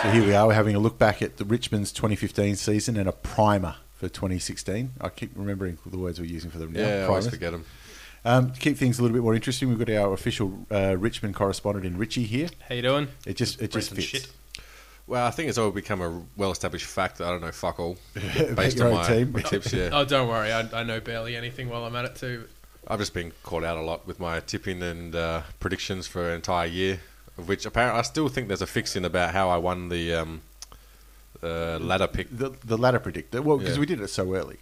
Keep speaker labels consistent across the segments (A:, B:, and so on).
A: So here we are, we're having a look back at the Richmond's 2015 season and a primer for 2016. I keep remembering the words we're using for them now.
B: Yeah, I
A: primers.
B: always forget them.
A: Um, to keep things a little bit more interesting, we've got our official uh, Richmond correspondent in Richie here.
C: How you doing?
A: It just it just
C: Bring
A: fits.
C: some
B: Well, I think it's all become a well-established fact that I don't know fuck all
A: Make
B: based
A: your
B: on
A: own
B: my,
A: team.
B: my tips. Yeah,
C: Oh, don't worry. I, I know barely anything while I'm at it too.
B: I've just been caught out a lot with my tipping and uh, predictions for an entire year, of which apparently I still think there's a fix in about how I won the um, uh, ladder pick.
A: The, the latter predictor, well, because
B: Yeah.
A: we did it so early.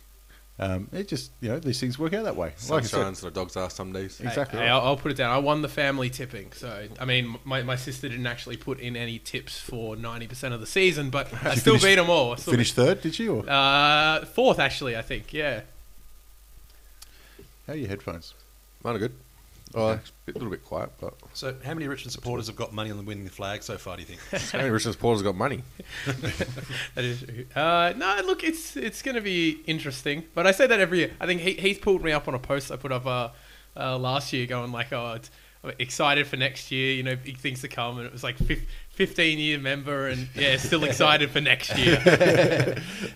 A: Um, it just, you know, these things work out that way. Like I said,
B: Sunshine's and a dog's ass some days.
C: Hey,
A: Exactly
C: Hey,
A: right.
C: I'll, I'll put it down. I won the family tipping. So, I mean, my, my sister didn't actually put in any tips for 90% of the season, but I
A: She
C: still
A: finished-
C: beat them all. I still
A: finished third, did you? Or
C: beat- uh, fourth, actually, I think. Yeah.
A: how are your headphones?
B: Mine are good. Oh, it's a bit- little bit quiet, but
D: So, how many Richmond supporters have got money on winning the flag so far? Do you think?
B: so many Richmond's Paul's got money.
C: That is, uh, no, look, it's it's going to be interesting. But I say that every year. I think he, he's pulled me up on a post I put up uh, uh, last year going like, oh, it's, I'm excited for next year, you know, big things to come. And it was like fif- 15 year member and, yeah, still excited for next year.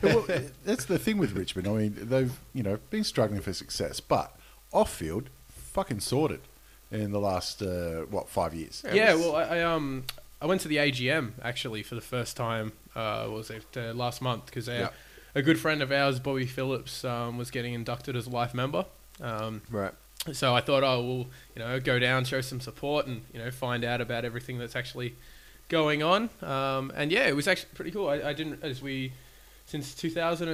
A: well, that's the thing with Richmond. I mean, they've you know been struggling for success, but off field, fucking sorted in the last uh, what five years.
C: yeah, well, I, I um I went to the AGM actually for the first time. Uh, what was it uh, last month? Because
B: Yeah.
C: a good friend of ours, Bobby Phillips, um, was getting inducted as a life member. Um,
B: Right.
C: so I thought, oh, we'll you know go down, show some support, and you know find out about everything that's actually going on. Um, and yeah, it was actually pretty cool. I, I didn't as we since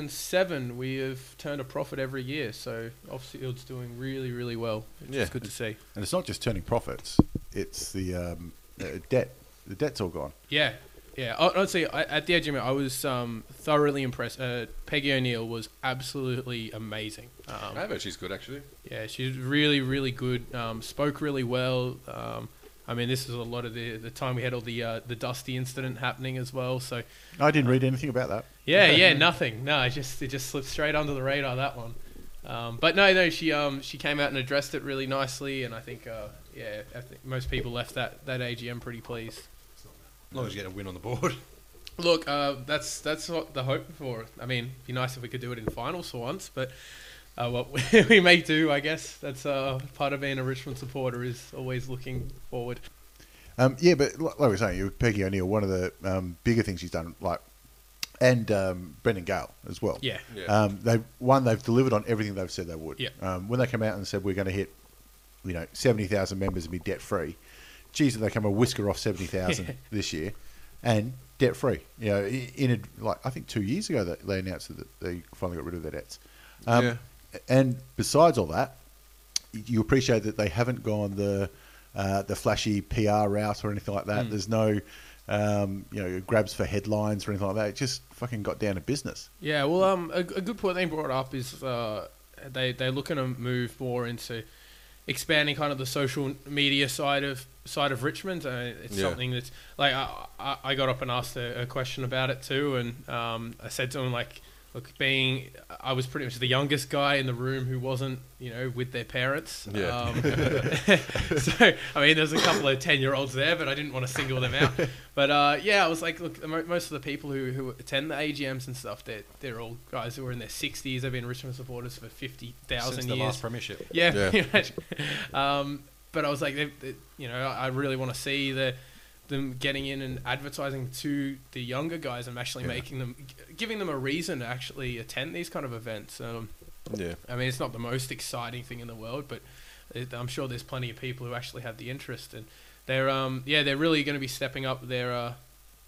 C: 2007 we have turned a profit every year. So Offfield's doing really, really well. It's
B: Yeah.
C: good to see.
A: And it's not just turning profits; it's the um, uh, debt. The debt's all gone.
C: Yeah, yeah. Hon- Honestly, I, at the edge of it, I was um, thoroughly impressed. Uh, Peggy O'Neill was absolutely amazing. Um,
B: I bet she's good actually.
C: yeah, she's really, really good. Um, spoke really well. Um, I mean, this is a lot of the the time we had all the uh, the Dusty incident happening as well. So
A: I didn't read anything about that.
C: yeah, yeah, nothing. No, it just it just slipped straight under the radar that one. Um, but no, no, she um she came out and addressed it really nicely, and I think uh, yeah, I think most people left that that AGM pretty pleased.
D: As long as you get a win on the board.
C: Look, uh, that's that's what the hope for. I mean, it'd be nice if we could do it in finals for once, but uh, what we may do, I guess, that's uh, part of being a Richmond supporter is always looking forward.
A: Um, yeah, but li- like we were saying, you- Peggy O'Neill, one of the um, bigger things she's done, like, and um, Brendan Gale as well.
C: Yeah.
B: Yeah.
A: Um, they one they've delivered on everything they've said they would.
C: Yeah.
A: Um, when they came out and said we're going to hit, you know, seventy thousand members and be debt free, geez, did they come a whisker off seventy thousand this year, and debt free. You know, i- in a, like I think two years ago that they announced that they finally got rid of their debts. Um,
B: Yeah.
A: And besides all that, you appreciate that they haven't gone the uh, the flashy PR route or anything like that. There's no um, you know grabs for headlines or anything like that. It just fucking got down to business.
C: Yeah, well, um, a, a good point they brought up is uh, they they're looking to move more into expanding kind of the social media side of side of Richmond. Uh, it's
B: Yeah.
C: something that's like I, I I got up and asked a, a question about it too, and um, I said to him like, look, being I was pretty much the youngest guy in the room who wasn't you know with their parents.
B: Yeah.
C: Um, so I mean, there's a couple of ten year olds there, but I didn't want to single them out. But uh, yeah, I was like, look, the mo- most of the people who, who attend the AGMs and stuff, they're they're all guys who are in their sixties. They've been Richmond supporters for fifty
D: Since
C: thousand
D: the
C: years.
D: last premiership.
C: Yeah.
B: Yeah.
C: pretty much. um, but I was like, they, they, you know, I really want to see the them getting in and advertising to the younger guys and actually making them, g- giving them a reason to actually attend these kind of events. Um,
B: Yeah.
C: I mean, it's not the most exciting thing in the world, but it- I'm sure there's plenty of people who actually have the interest, and they're um yeah they're really going to be stepping up their uh,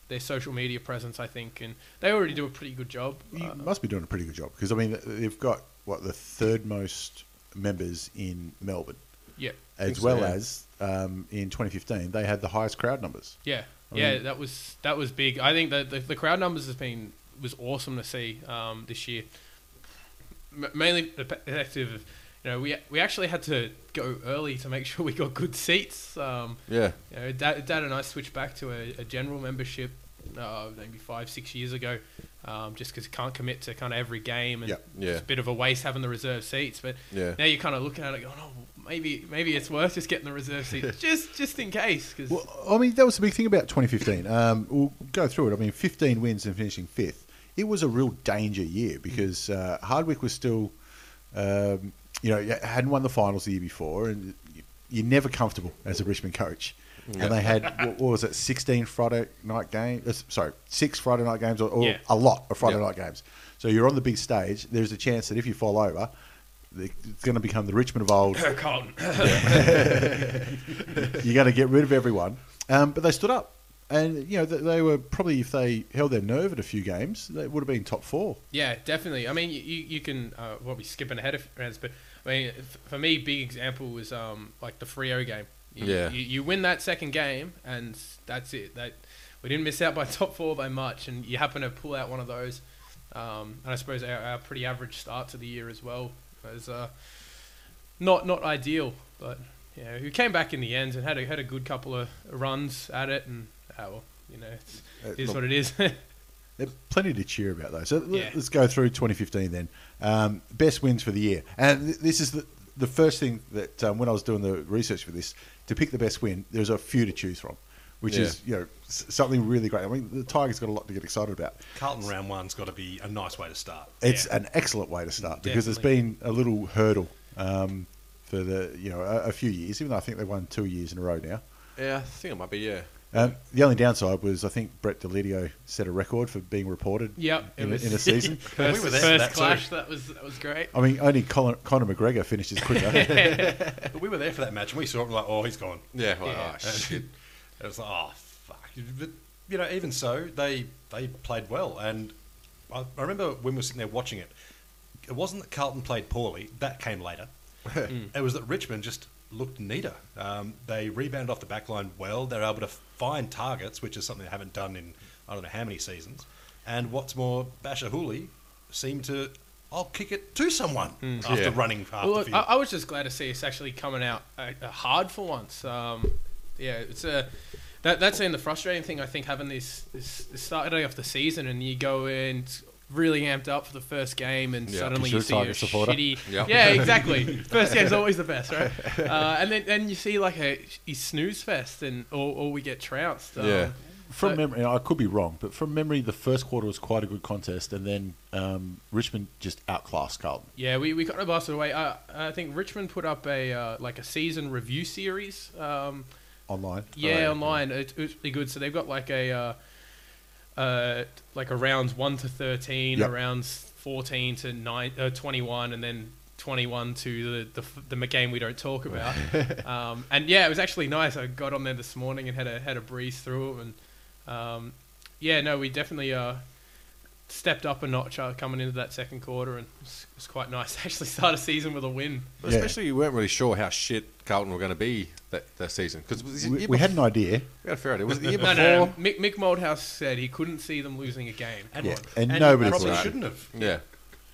C: their social media presence, I think, and they already do a pretty good job.
A: You
C: Uh,
A: must be doing a pretty good job because I mean they've got what the third most members in Melbourne,
C: yeah,
A: as
B: so,
A: well
B: yeah.
A: as um, in 2015 they had the highest crowd numbers.
C: yeah, yeah. that was that was big. I think that the, the crowd numbers has been was awesome to see um, this year, M- mainly the pe- effective. of, You know, we we actually had to go early to make sure we got good seats. Um,
B: Yeah.
C: You know, Dad, Dad and I switched back to a, a general membership uh, maybe five, six years ago, um, just because can't commit to kind of every game and
A: Yeah,
B: yeah.
C: it's a bit of a waste having the reserve seats. But
B: Yeah.
C: now you're kind of looking at it going, oh, maybe maybe it's worth just getting the reserve seats just just in case. 'cause-
A: Well, I mean that was the big thing about 2015. Um, we'll go through it. I mean, 15 wins and finishing fifth. It was a real danger year because uh, Hardwick was still, um, you know, hadn't won the finals the year before, and you- you're never comfortable as a Richmond coach. And they had what, what was it, 16 Friday night games? uh, Sorry, six Friday night games, or, or
C: Yeah.
A: a lot of Friday
B: Yeah.
A: night games. So you're on the big stage. There's a chance that if you fall over, it's going to become the Richmond of old.
C: Carlton.
A: you got to get rid of everyone. Um, but they stood up, and you know they, they were probably if they held their nerve at a few games, they would have been top four.
C: Yeah, definitely. I mean, you, you you can uh, well be skipping ahead of friends, but I mean, f- for me, big example was um like the Frio game. You,
B: Yeah.
C: you, you win that second game, and that's it. That we didn't miss out by top four by much, and you happen to pull out one of those. Um, and I suppose our, our pretty average start to the year as well was uh, not not ideal, but you know, we came back in the end and had a had a good couple of runs at it, and uh, well, you know, it's,
A: Uh,
C: it is
A: look,
C: what it is.
A: There's plenty to cheer about though. So l-
C: Yeah.
A: let's go through 2015 then. Um, best wins for the year, and th- this is the the first thing that um, when I was doing the research for this to pick the best win, there's a few to choose from, which
B: Yeah.
A: is you know s- something really great. I mean the Tigers got a lot to get excited about.
D: Carlton round one's got to be a nice way to start.
A: It's
C: Yeah.
A: an excellent way to start because there's
C: Definitely.
A: been a little hurdle um, for the you know a, a few years, even though I think they won two years in a row now.
B: Yeah, I think it might be, yeah.
A: Um, the only downside was I think Brett Delidio set a record for being reported
C: Yep, it
A: in, a,
C: was-
A: in a season. Oh,
C: first
D: we were there for
C: first
D: that too.
C: clash, that was that was great.
A: I mean, only Colin, Conor McGregor finishes quicker.
D: But we were there for that match and we saw it and we're like, oh, he's gone.
B: Yeah, like,
C: Yeah.
B: oh, shit.
D: It was like, oh, fuck. But, you know, even so, they they played well. And I, I remember when we were sitting there watching it, it wasn't that Carlton played poorly. That came later.
C: Mm.
D: it was that Richmond just looked neater. Um, they rebounded off the back line well. They were able to find targets, which is something they haven't done in I don't know how many seasons. And what's more, Basher Hooley seemed to, I'll kick it to someone after
B: Mm. Yeah.
D: running
C: Well,
D: half the
C: look, I,
D: field.
C: I was just glad to see us actually coming out uh, uh, hard for once. Um, yeah, it's a that that's been the frustrating thing I think having this this, this starting off the season and you go in really amped up for the first game and
B: Yeah,
C: suddenly
A: because you're
C: you
A: a Tiger
C: see a
A: supporter.
C: shitty
B: Yep.
C: yeah exactly first game's always the best right uh, and then then you see like a, a snooze fest and or, or we get trounced um,
B: Yeah.
A: from
C: So-
A: memory, I could be wrong, but from memory, the first quarter was quite a good contest, and then um, Richmond just outclassed Carlton.
C: Yeah, we, we kind of blasted away. Uh, I think Richmond put up a uh, like a season review series. Um,
A: Online,
C: yeah, online. It, it's really good. So they've got like a uh, uh, like a rounds one to thirteen,
A: Yep.
C: a rounds fourteen to nine, uh, twenty-one, and then twenty-one to the the, f- the game we don't talk about. um, and yeah, it was actually nice. I got on there this morning and had a had a breeze through it, and um, yeah, no, we definitely. Uh, Stepped up a notch uh, coming into that second quarter, and it was, it was quite nice to actually start a season with a win.
B: But
A: Yeah.
B: Especially, you weren't really sure how shit Carlton were going to be that, that season. Because
A: we, we had an idea,
B: we had a fair idea. Was it the year
C: No,
B: before?
C: no, no. um, Mick, Mick Moldhouse said he couldn't see them losing a game.
D: and,
A: yeah,
D: he
A: and nobody
D: probably
B: saw it.
D: shouldn't have.
B: Yeah.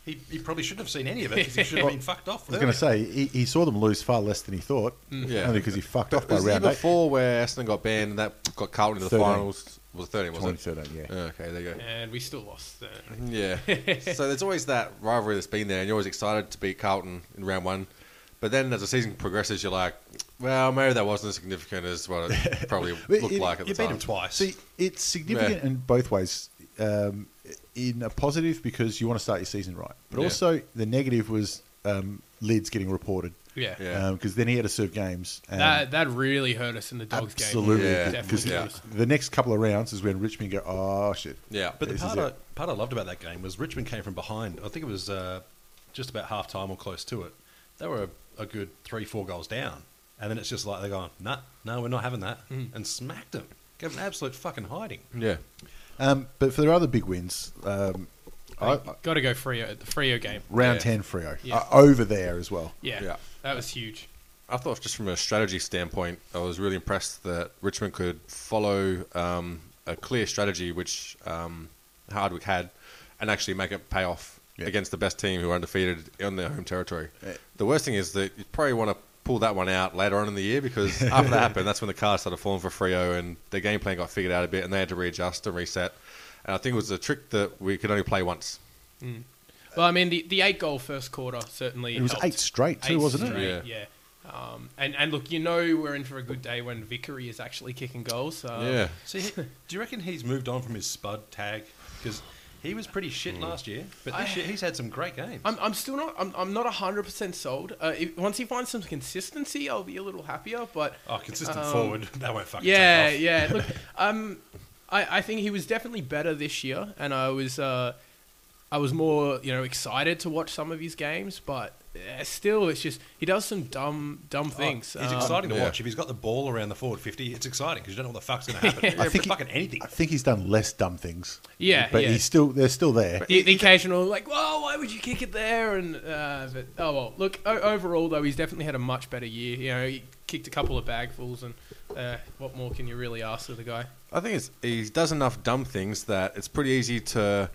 D: He, he probably shouldn't have seen any of it because he should have been fucked off.
A: I was going to
D: earlier.
A: say he, he saw them lose far less than he thought,
C: Mm.
B: Yeah.
A: only because he fucked off
B: It
A: by
B: was the year
A: round eight.
B: before where Aston got banned and that got Carlton into the
A: 13.
B: finals. Was it 13, wasn't it?
A: 2013, yeah.
B: Okay, there you go.
C: and we still lost. Uh,
B: Yeah. so there's always that rivalry that's been there, and you're always excited to beat Carlton in round one. But then as the season progresses, you're like, well, maybe that wasn't as significant as what it probably
A: But
B: looked
A: it-
B: like at
D: You
B: the
D: beat
B: time.
D: him twice.
A: See, it's significant
B: Yeah.
A: in both ways. Um, in a positive because you want to start your season right, but
B: Yeah.
A: also the negative was um, Lids getting reported.
C: Yeah.
B: Yeah.
A: because then he had to serve games. And
C: That that really hurt us in the dogs
A: absolutely,
C: game.
B: Yeah,
A: because
C: definitely.
A: the next couple of rounds is when Richmond go, oh shit.
B: Yeah.
D: But the
A: This is
D: part
A: it.
D: I, part I loved about that game was Richmond came from behind. I think it was uh, just about half time or close to it. They were a, a good three, four goals down. And then it's just like they're going, nah, no, we're not having that.
C: Mm.
D: And smacked them. Gave them absolute fucking hiding.
B: yeah.
A: Um, but for their other big wins, um, I,
C: Got to go Frio the Frio game.
A: round
B: Yeah.
A: ten Frio
C: Yeah.
A: uh, over there as well.
C: Yeah.
B: Yeah.
C: That was huge.
B: I thought just from a strategy standpoint, I was really impressed that Richmond could follow um, a clear strategy which um, Hardwick had and actually make it pay off
A: Yeah.
B: against the best team who are undefeated on their home territory. The worst thing is that you probably want to pull that one out later on in the year because after that happened, that's when the cards started falling for Frio and their game plan got figured out a bit and they had to readjust and reset. And I think it was a trick that we could only play once.
C: Well, I mean, the, the eight goal first quarter certainly.
A: It was
C: helped.
A: eight straight too,
C: Eight
A: wasn't it?
C: straight, Yeah. Um, and and look, you know we're in for a good day when Vickery is actually kicking goals. Um,
B: yeah.
D: See, he- do you reckon he's moved on from his Spud tag? Because he was pretty
A: Mm.
D: shit last year, but this
C: I-
D: year he's had some great games.
C: I'm, I'm still not I'm, I'm not hundred percent sold. Uh, if, once he finds some consistency, I'll be a little happier. But
D: oh, consistent
C: um,
D: forward. That won't fucking
C: yeah,
D: take off.
C: yeah. Look, um, I, I think he was definitely better this year, and I was uh, I was more you know excited to watch some of his games, but uh, still, it's just he does some dumb dumb things.
D: Oh, He's
C: Um,
D: exciting to
B: yeah.
D: watch. If he's got the ball around the forward 50, it's exciting because you don't know what the fuck's going to happen.
A: I think he-
D: fucking anything.
A: I think he's done less dumb things.
C: Yeah,
A: but
C: yeah.
A: he's still they're still there.
C: The, the occasional like, well, why would you kick it there? And uh, but oh well. Look, o- overall though, he's definitely had a much better year. You know, he kicked a couple of bagfuls, and uh, what more can you really ask of the guy?
B: I think it's, he does enough dumb things that it's pretty easy to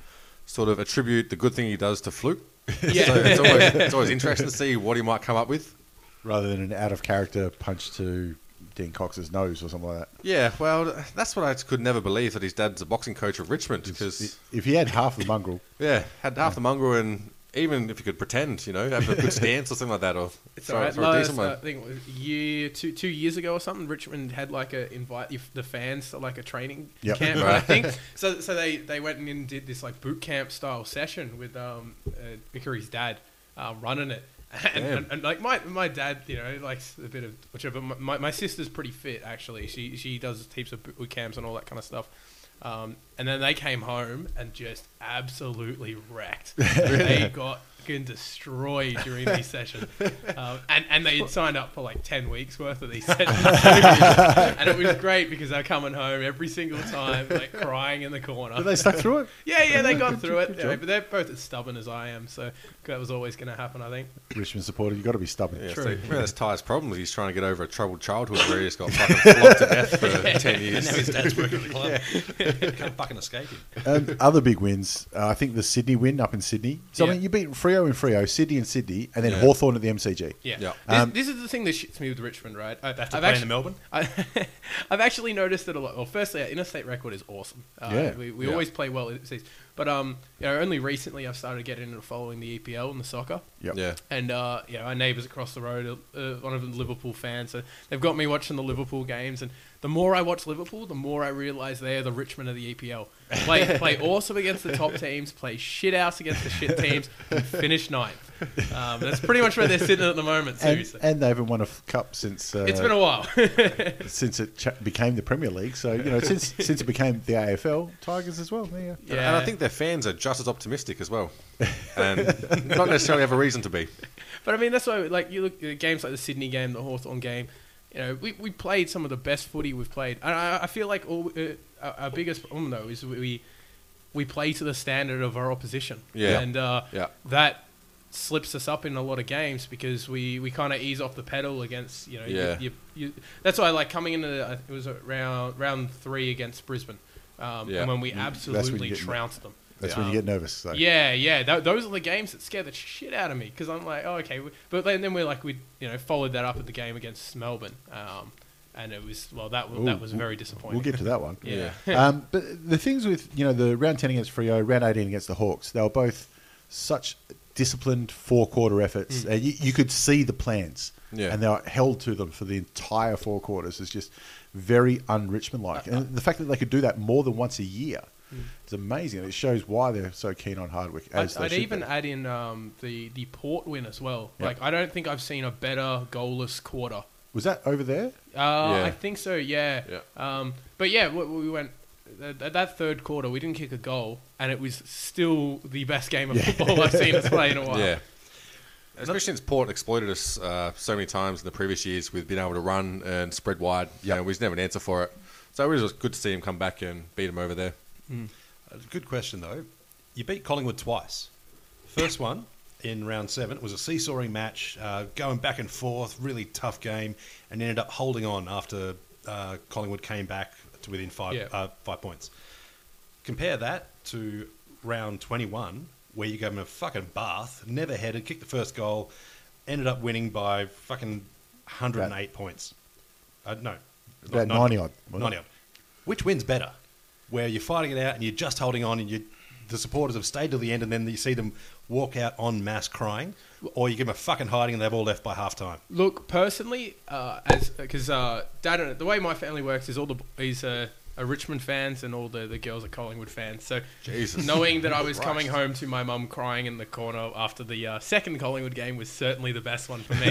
B: sort of attribute the good thing he does to fluke.
C: Yeah.
B: so it's always, it's always interesting to see what he might come up with.
A: rather than an out of character punch to Dean Cox's nose or something like that.
B: Yeah, well, that's what I could never believe that his dad's a boxing coach of Richmond because
A: If he had half the mongrel,
B: yeah, had half the mongrel and even if he could pretend, you know, have a good stance or something like that, or
C: It's
B: or-
C: all right.
B: or a
C: Last,
B: decent one.
C: uh, I think it was a year two two years ago or something. Richmond had like a invite if the fans to like a training
A: Yep.
C: camp, I
B: Right.
C: think. So so they they went and did this like boot camp style session with um uh, Vickery's dad uh, running it. And,
B: Damn.
C: and, and like my my dad, you know, likes a bit of whichever. But my, my sister's pretty fit actually. She she does heaps of boot camps and all that kind of stuff. Um, and then they came home and just absolutely wrecked. They got fucking destroyed during these sessions, um, and and they had signed up for like ten weeks worth of these sessions, and it was great because they were coming home every single time, like crying in the corner.
A: but they stuck through it.
C: yeah, yeah, they got through it. Yeah,
A: job.
C: but they're both as stubborn as I am, so that was always going to happen. I think.
A: Richmond supporter, you've got to be stubborn.
B: Yeah, so
C: True.
B: remember that's Ty's problem. He's trying to get over a troubled childhood where he just got fucking flogged to death for ten
D: And now his
B: years.
D: dad's working at the club. Can't fucking escape him.
A: Um, other big wins, uh, I think the Sydney win up in Sydney. So
C: Yeah.
A: I mean, you beat Frio in Frio, Sydney in Sydney, and then
B: Yeah.
A: Hawthorn Hawthorne at the MCG.
C: Yeah.
B: Yeah.
C: This,
A: Um,
C: this is the thing that shits me with Richmond, right? I,
D: They have to play in Melbourne.
C: I, I've actually noticed that a lot. Well, firstly, our interstate record is awesome. Uh,
A: Yeah.
C: we we
B: Yeah.
C: always play well overseas. But um, you know, only recently I've started getting into following the EPL and the soccer.
A: Yep.
B: Yeah,
C: And uh, you know, our neighbours across the road, uh, uh, one of them Liverpool fans, so they've got me watching the Liverpool games. And the more I watch Liverpool, the more I realise they're the Richmond of the EPL. Play play awesome against the top teams, play shit ass against the shit teams, and finish ninth. Um, that's pretty much where they're sitting at the moment.
A: And,
C: Seriously,
A: and they haven't won a f- cup since uh,
C: it's been a while.
A: since it ch- became the Premier League. So you know, since since it became the AFL, Tigers as well. There you go.
B: And- and I think their fans are just as optimistic as well, and not necessarily have a reason to be.
C: But I mean, that's why, like, you look at games like the Sydney game, the Hawthorn game. You know, we, we played some of the best footy we've played, and I, I feel like all uh, our our biggest problem though is we we play to the standard of our opposition.
B: Yeah.
C: and uh,
B: Yeah.
C: that slips us up in a lot of games because we, we kind of ease off the pedal against you know you-
B: Yeah.
C: you, you, that's why like coming into the, it was round round three against Brisbane um,
B: Yeah. Mm.
C: and when we
A: when you
C: absolutely
A: get in-
C: trounced them
A: That's when you get nervous. So.
C: yeah, yeah. Th- those are the games that scare the shit out of me because I'm like, oh, okay. we- But then, then we're like, we you know followed that up at the game against Melbourne, um, and it was well that was,
A: Ooh,
C: that was very
A: We'll
C: disappointing.
A: get to that one.
C: Yeah.
A: um, but the things with you know the round ten against Frio, round eighteen against the Hawks, they were both such disciplined four quarter efforts.
C: Mm.
A: Uh, you, you could see the plans,
B: Yeah.
A: and they were held to them for the entire four quarters. It's just very un Richmond like, and the fact that they could do that more than once a year. It's amazing. and It shows why they're so keen on Hardwick. As
C: Mm. I'd,
A: they
C: I'd
A: should
C: even
A: be.
C: add in um, the the port win as well. Like I don't think I've seen a better goalless quarter.
A: was that over there?
C: Uh,
B: Yeah.
C: I think so. Yeah.
B: Yeah.
C: Um, but yeah, we, we went at that, that third quarter. We didn't kick a goal, and it was still the best game of football I've seen us play in a while.
B: Yeah. Especially since Port exploited us uh, so many times in the previous years with being able to run and spread wide. Yeah, we just never an answer for it. So it was just good to see him come back and beat him over there.
D: Uh, Good question, though. You beat Collingwood twice. First one in round seven it was a seesawing match, uh, going back and forth, really tough game, and ended up holding on after uh, Collingwood came back to within five
C: Yeah.
D: uh, five points. Compare that to round 21, where you gave them a fucking bath, never headed, kicked the first goal, ended up winning by fucking 108 points. Uh, no.
A: About
D: not-
A: 90 odd, wasn't
D: 90
A: it?
D: odd. Which wins better? Where you're fighting it out and you're just holding on and you, the supporters have stayed till the end and then you see them walk out en masse crying, or you give them a fucking hiding and they've all left by half time.
C: Look, personally, uh, as because uh, dad, and- the way my family works is all the he's uh, are Richmond fans and all the, the girls are Collingwood fans. So
B: Jesus.
C: knowing that I was coming
B: Christ.
C: home to my mum crying in the corner after the uh, second Collingwood game was certainly the best one for me.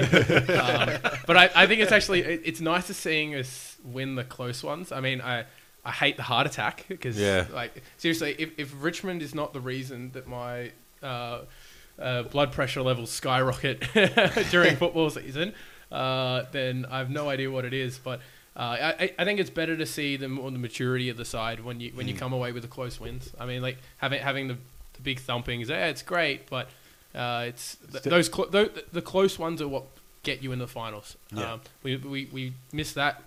C: um, but I, I think it's actually it, it's nicer seeing us win the close ones. I mean, I I hate the heart attack because
B: Yeah.
C: like seriously, if, if Richmond is not the reason that my uh, uh, blood pressure levels skyrocket during football season, uh, then I have no idea what it is. But uh, I, I- I think it's better to see them on the maturity of the side when you when you come away with the close wins. I mean, like having having the, the big thumpings, yeah, it's great, but uh, it's th-
A: de-
C: those clo- th- the close ones are what get you in the finals.
D: Yeah.
C: Um, we, we we missed that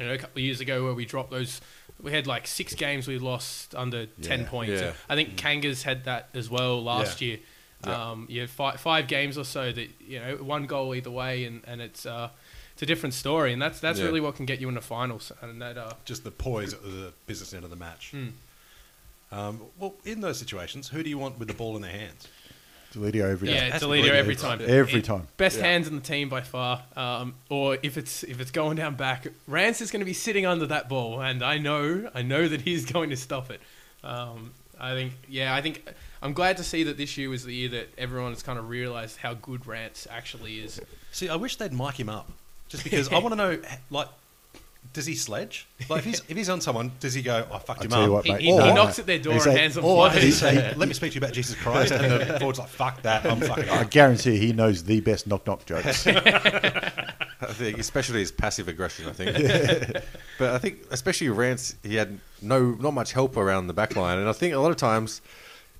C: you know, a couple of years ago where we dropped those. We had like six games we lost under ten
A: Yeah.
C: points.
B: Yeah.
C: I think Kangas had that as well last
D: Yeah.
C: year. Um, you have five, five games or so that you know one goal either way, and and it's uh, it's a different story, and that's that's
B: Yeah.
C: really what can get you in the finals, and that uh,
D: Just the poise at the business end of the match. Um, well, in those situations, who do you want with the ball in their hands?
A: Deledio every
C: yeah,
A: day.
C: it's
D: that's
C: a leader
D: really
C: every
D: good.
C: time,
A: Every
C: It-
A: time.
C: best hands in the team by far. Um, or if it's if it's going down back, Rance is going to be sitting under that ball, and I know I know that he's going to stop it. Um, I think yeah, I think I'm glad to see that this year was the year that everyone has kind of realised how good Rance actually is.
D: See, I wish they'd mic him up, just because I want to know, like, does he sledge? Like, if he's if he's on someone, does he go, "Oh, "I fucked
A: I
D: him
A: tell
D: up"?
A: you what,
C: He-
A: mate.
C: he- he knocks at their door
A: he
C: and
A: say-
C: hands them
A: or
C: flyers.
A: he
D: He
A: say-
D: say, "Let me speak to you about Jesus Christ," and the board's like, "Fuck that, I'm fucking
A: I
D: up."
A: guarantee he knows the best knock knock jokes.
B: I think, especially his passive aggression, I think. But I think, especially Rance, he had no not much help around the back line. And I think a lot of times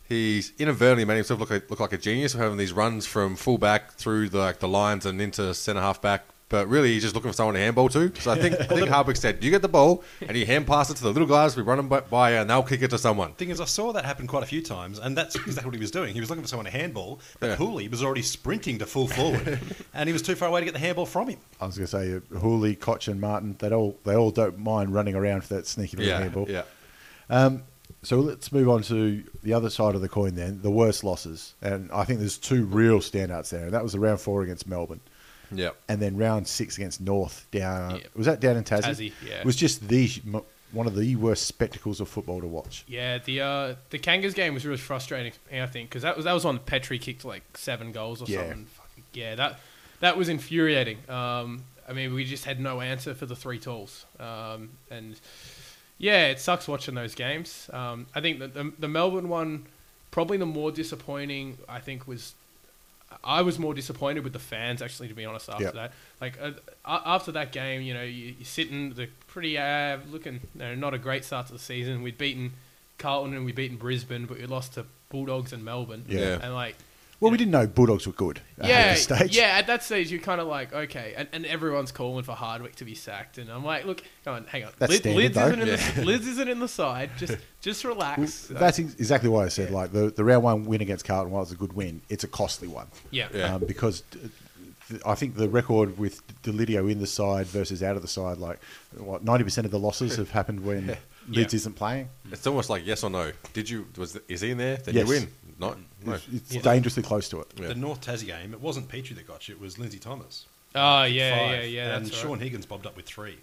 B: he's inadvertently made himself look like, look like a genius of having these runs from full back through the, like, the lines and into centre half back. But really, he's just looking for someone to handball to. So I think, I think Hardwick said, You get the ball and you hand pass it to the little guys, we run them by, by and they'll kick it to someone.
D: Thing is, I saw that happen quite a few times, and that's exactly what he was doing. He was looking for someone to handball, but
B: Yeah.
D: Hooley was already sprinting to full forward, and he was too far away to get the handball from him.
A: I was going to say uh, Hooley, Koch, and Martin. They all they all don't mind running around for that sneaky little
B: Yeah.
A: handball.
B: Yeah.
A: So let's move on to the other side of the coin then, the worst losses. And I think there's two real standouts there. And that was the round four against Melbourne.
B: Yeah.
A: And then round six against North down.
C: Yeah.
A: Was that down in Tassie?
C: Tassie, yeah.
A: It was just the m- one of the worst spectacles of football to watch.
C: Yeah, the uh, the Kangas game was really frustrating. I think because that was that was one Petri kicked like seven goals or
A: Yeah.
C: something. Fucking- Yeah, that that was infuriating. Um, I mean, we just had no answer for the three tools, um, and yeah, it sucks watching those games. Um, I think that the, the Melbourne one, probably the more disappointing. I think was I was more disappointed with the fans actually, to be honest. After
A: Yeah.
C: that, like uh, a- after that game, you know, you, you're sitting the pretty uh, looking, you know, not a great start to the season. We'd beaten Carlton and we'd beaten Brisbane, but we lost to Bulldogs and Melbourne.
A: Yeah.
C: and like
A: Well, we didn't know Bulldogs were good uh,
C: yeah,
A: at this stage.
C: Yeah, at that stage, you're kind of like, okay, and, and everyone's calling for Hardwick to be sacked, and I'm like, look, come on, hang on,
A: That's
C: Lid-
A: standard,
C: Lids,
A: though.
C: isn't in the, Lids isn't in the side, just just relax.
A: That's ex- exactly why I said, like, the, the round one win against Carlton, while it's a good win, it's a costly one.
C: yeah,
B: Yeah.
A: um, because d- th- I think the record with Delidio in the side versus out of the side, like what ninety percent of the losses have happened when Lids isn't playing.
B: It's almost like yes or no. Did you was is he in there? Then
A: Yes.
B: you win. Not no.
A: It's, it's dangerously close to it.
B: Yeah.
D: The North Tassie game, it wasn't Petrie that got you, it was Lindsay Thomas.
C: oh yeah, yeah,
D: Five.
C: yeah,
D: And
C: that's right.
D: Sean Higgins bobbed up with three.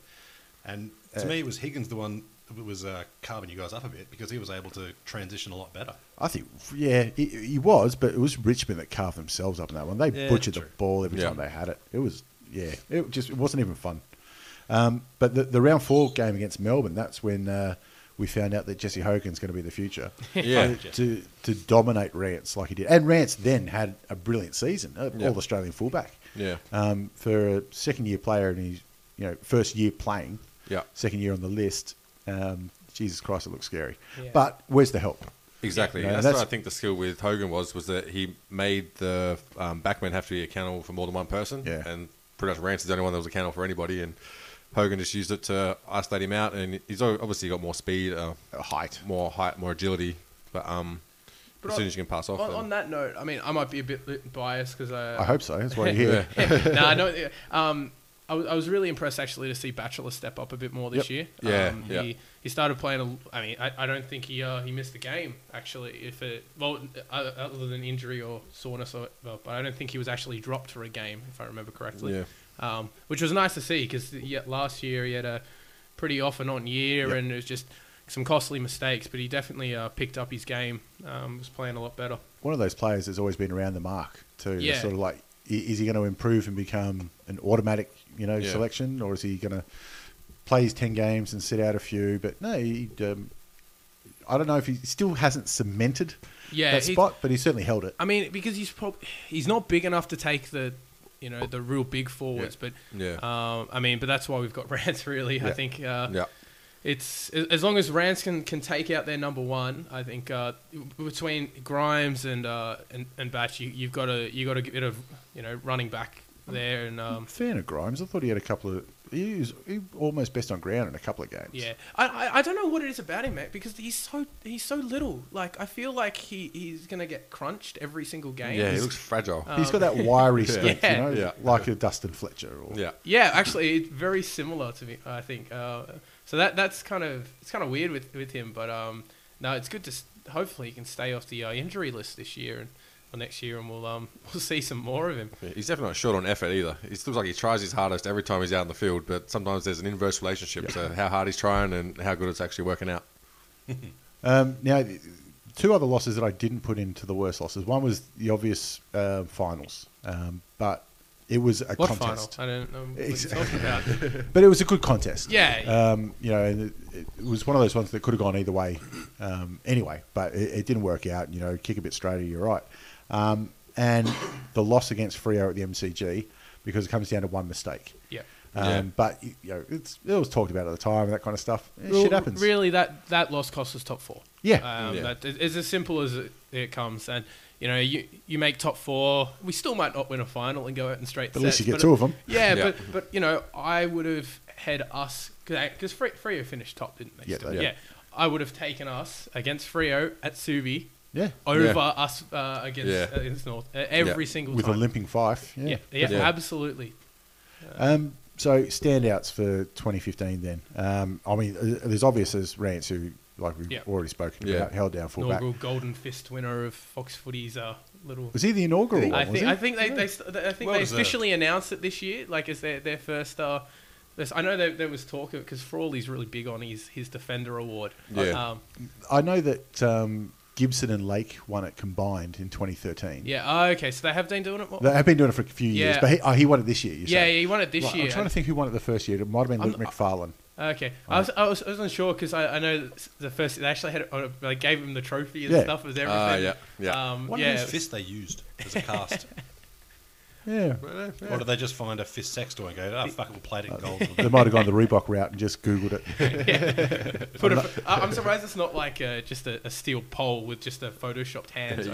D: And to me, it was Higgins the one was uh, carving you guys up a bit because he was able to transition a lot better.
A: I think, yeah, he, he was, but it was Richmond that carved themselves up in that one. They
D: Yeah,
A: butchered the
D: true.
A: ball every
B: Yeah.
A: time they had it. It was, yeah, it just it wasn't even fun. Um, but the, the round four game against Melbourne, that's when uh, we found out that Jesse Hogan's going to be the future.
B: Yeah.
A: Uh, to to dominate Rance like he did, and Rance then had a brilliant season, uh,
B: Yeah.
A: all Australian fullback.
B: Yeah.
A: um, for a second year player and his you know first year playing,
B: Yeah.
A: second year on the list. Um, Jesus Christ, it looks scary.
C: Yeah.
A: But where's the help?
B: Exactly.
A: Yeah,
B: and that's,
A: that's-
B: what I think the skill with Hogan was was that he made the um, backmen have to be accountable for more than one person.
A: Yeah.
B: And pretty much Rance is the only one that was accountable for anybody, and Hogan just used it to isolate him out. And he's o- obviously got more speed, uh,
A: Uh, height.
B: more height, more agility. But um,
C: But
B: as
C: on-
B: soon as you can pass off,
C: On,
B: then-
C: on that note, I mean, I might be a bit biased uh, because I,
A: I hope so. That's why you're here.
C: nah, no. yeah. Um, I was, I was really impressed actually to see Bachelor step up a bit more
A: Yep.
C: this year.
B: Yeah,
C: um,
B: yeah.
C: He, he started playing. A, I mean, I, I don't think he uh, he missed a game actually. If it well, uh, other than injury or soreness, or, well, but I don't think he was actually dropped for a game if I remember correctly.
B: Yeah.
C: Um, which was nice to see because last year he had a pretty off and on year
A: Yep.
C: and it was just some costly mistakes, but he definitely uh, picked up his game. Um, was playing a lot better.
A: One of those players has always been around the mark too. It's
C: Yeah.
A: Sort of like, i- is he going to improve and become an automatic, you know,
B: Yeah.
A: selection, or is he going to play his ten games and sit out a few? But no, he, um, I don't know if he still hasn't cemented
C: Yeah,
A: that
C: he-
A: spot, but he certainly held it.
C: I mean, because he's prob- he's not big enough to take the, you know, the real big forwards. But
B: Yeah.
C: um, I mean, but that's why we've got Rance. Really, I
A: Yeah.
C: think. Uh,
B: yeah.
C: It's as long as Rance can, can take out their number one. I think uh, between Grimes and uh, and, and Batch, you, you've got to you got to get a you know running back there and um,
A: Fan of Grimes, I thought he had a couple of. He was, he was almost best on ground in a couple of games.
C: Yeah, I, I I don't know what it is about him, mate, because he's so he's so little. Like I feel like he, he's gonna get crunched every single game. Um,
B: Yeah. He looks fragile.
A: he's got that wiry strength,
C: Yeah.
A: you know,
B: Yeah.
A: like a Dustin Fletcher. Or,
B: yeah.
C: Yeah, actually, it's very similar to me. I think uh, so. That that's kind of it's kind of weird with with him, but um, no, it's good to s- hopefully he can stay off the uh, injury list this year and or next year, and we'll um we'll see some more of him.
B: Yeah, He's definitely not short on effort either. He looks like he tries his hardest every time he's out in the field, but sometimes there's an inverse relationship to how hard he's trying and how good it's actually working out.
A: Um, now, th- two other losses that I didn't put into the worst losses. One was the obvious uh, finals, um, but it was a
C: What
A: contest.
C: final? I don't know what
A: Exactly.
C: you're talking about.
A: But it was a good contest.
C: Yeah.
A: Um, you know, and it, it was one of those ones that could have gone either way. Um, anyway, but it, it didn't work out. You know, kick a bit straighter, you're right. Um, and the loss against Frio at the MCG because it comes down to one mistake.
C: yeah.
A: Um,
B: Yeah.
A: But you know, it's, it was talked about at the time and that kind of stuff. Eh,
C: Well,
A: shit happens.
C: Really, that that loss cost us top four.
A: Yeah.
C: um,
B: Yeah.
C: That is it's as simple as it, it comes. And you know, you you make top four. We still might not win a final and go out and straight.
A: But at least
C: sets,
A: you get
C: but
A: two
C: it-
A: of 'em.
C: Yeah,
B: Yeah.
C: but but you know, I would have had us uh, because Frio finished top, didn't they?
A: Yeah,
C: still?
A: they did.
C: yeah. I would have taken us against Frio at Subi
A: Yeah.
C: over
B: Yeah.
C: us uh, against
B: Yeah.
C: against North uh, every single
A: With
C: time.
A: a limping five.
C: yeah, yeah,
B: Yeah.
C: absolutely.
A: Um, so standouts for 2015 then. Um, I mean, uh, there's obvious as Rance, who like we've
C: Yeah.
A: already spoken
B: Yeah.
A: about, held down fullback.
C: Inaugural golden fist winner of Fox Footy's uh, little
A: Was he the inaugural one?
C: I
A: was
C: think
A: he?
C: I think they, they, st- I think
D: Well
C: they
D: deserved.
C: officially announced it this year, like as their their first. Uh, this, I know there, there was talk of it because Frawley's really big on his his defender award.
B: Yeah.
C: um,
A: I know that um, Gibson and Lake won it combined in 2013.
C: yeah. Oh, okay, so they have been doing it. More.
A: They have been doing it for a few years,
C: Yeah.
A: but he, oh, he won it this year. You
C: yeah, yeah,
A: say.
C: he won it this
A: Right,
C: year.
A: I'm trying to think who won it the first year. It might have been Luke McFarlane.
C: Okay, I was, I was I was unsure because I, I know the first they actually had it on a, they gave him the trophy and
A: Yeah.
C: stuff as everything.
B: Ah, yeah, yeah.
C: Um,
D: What
C: yeah.
D: whose fist they used as a cast?
A: Yeah,
D: Or did they just find a fist sex toy and go, oh, fuck it, we'll play
B: Uh,
D: it in gold.
A: they might have gone the Reebok route and just Googled it.
C: Put a, I- I'm surprised it's not like uh, just a, a steel pole with just a photoshopped hand.
B: Yeah.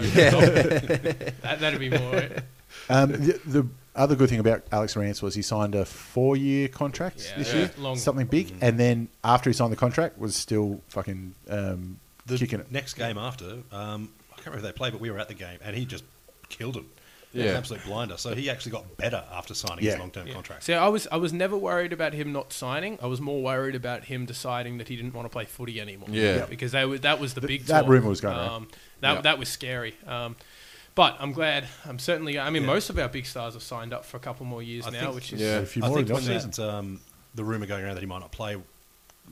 C: that, that'd be more. it.
A: Um, the, the other good thing about Alex Rance was he signed a four-year contract
C: Yeah, Mm-hmm.
A: this
C: yeah.
A: year,
C: Long-
A: something big, and then after he signed the contract, was still fucking um,
D: the
A: kicking it.
D: next game after, um, I can't remember who they played, but we were at the game and he just killed him. It was
B: Yeah.
D: an absolute blinder. So he actually got better after signing
A: Yeah.
D: his long term
C: Yeah.
D: contract.
C: See, I was I was never worried about him not signing. I was more worried about him deciding that he didn't want to play footy anymore.
B: Yeah. Yeah.
C: because they were, that was the big
A: that
C: talk.
A: rumour was going around.
C: Um, that
B: Yeah.
C: that was scary. Um, but I'm glad. I'm certainly. I mean, most of our big stars have signed up for a couple more years
D: I
C: now,
D: think-
C: which is
B: Yeah.
A: A few
D: I
A: more in
D: think
A: the
D: when
A: off-season.
D: that, um, the rumor going around that he might not play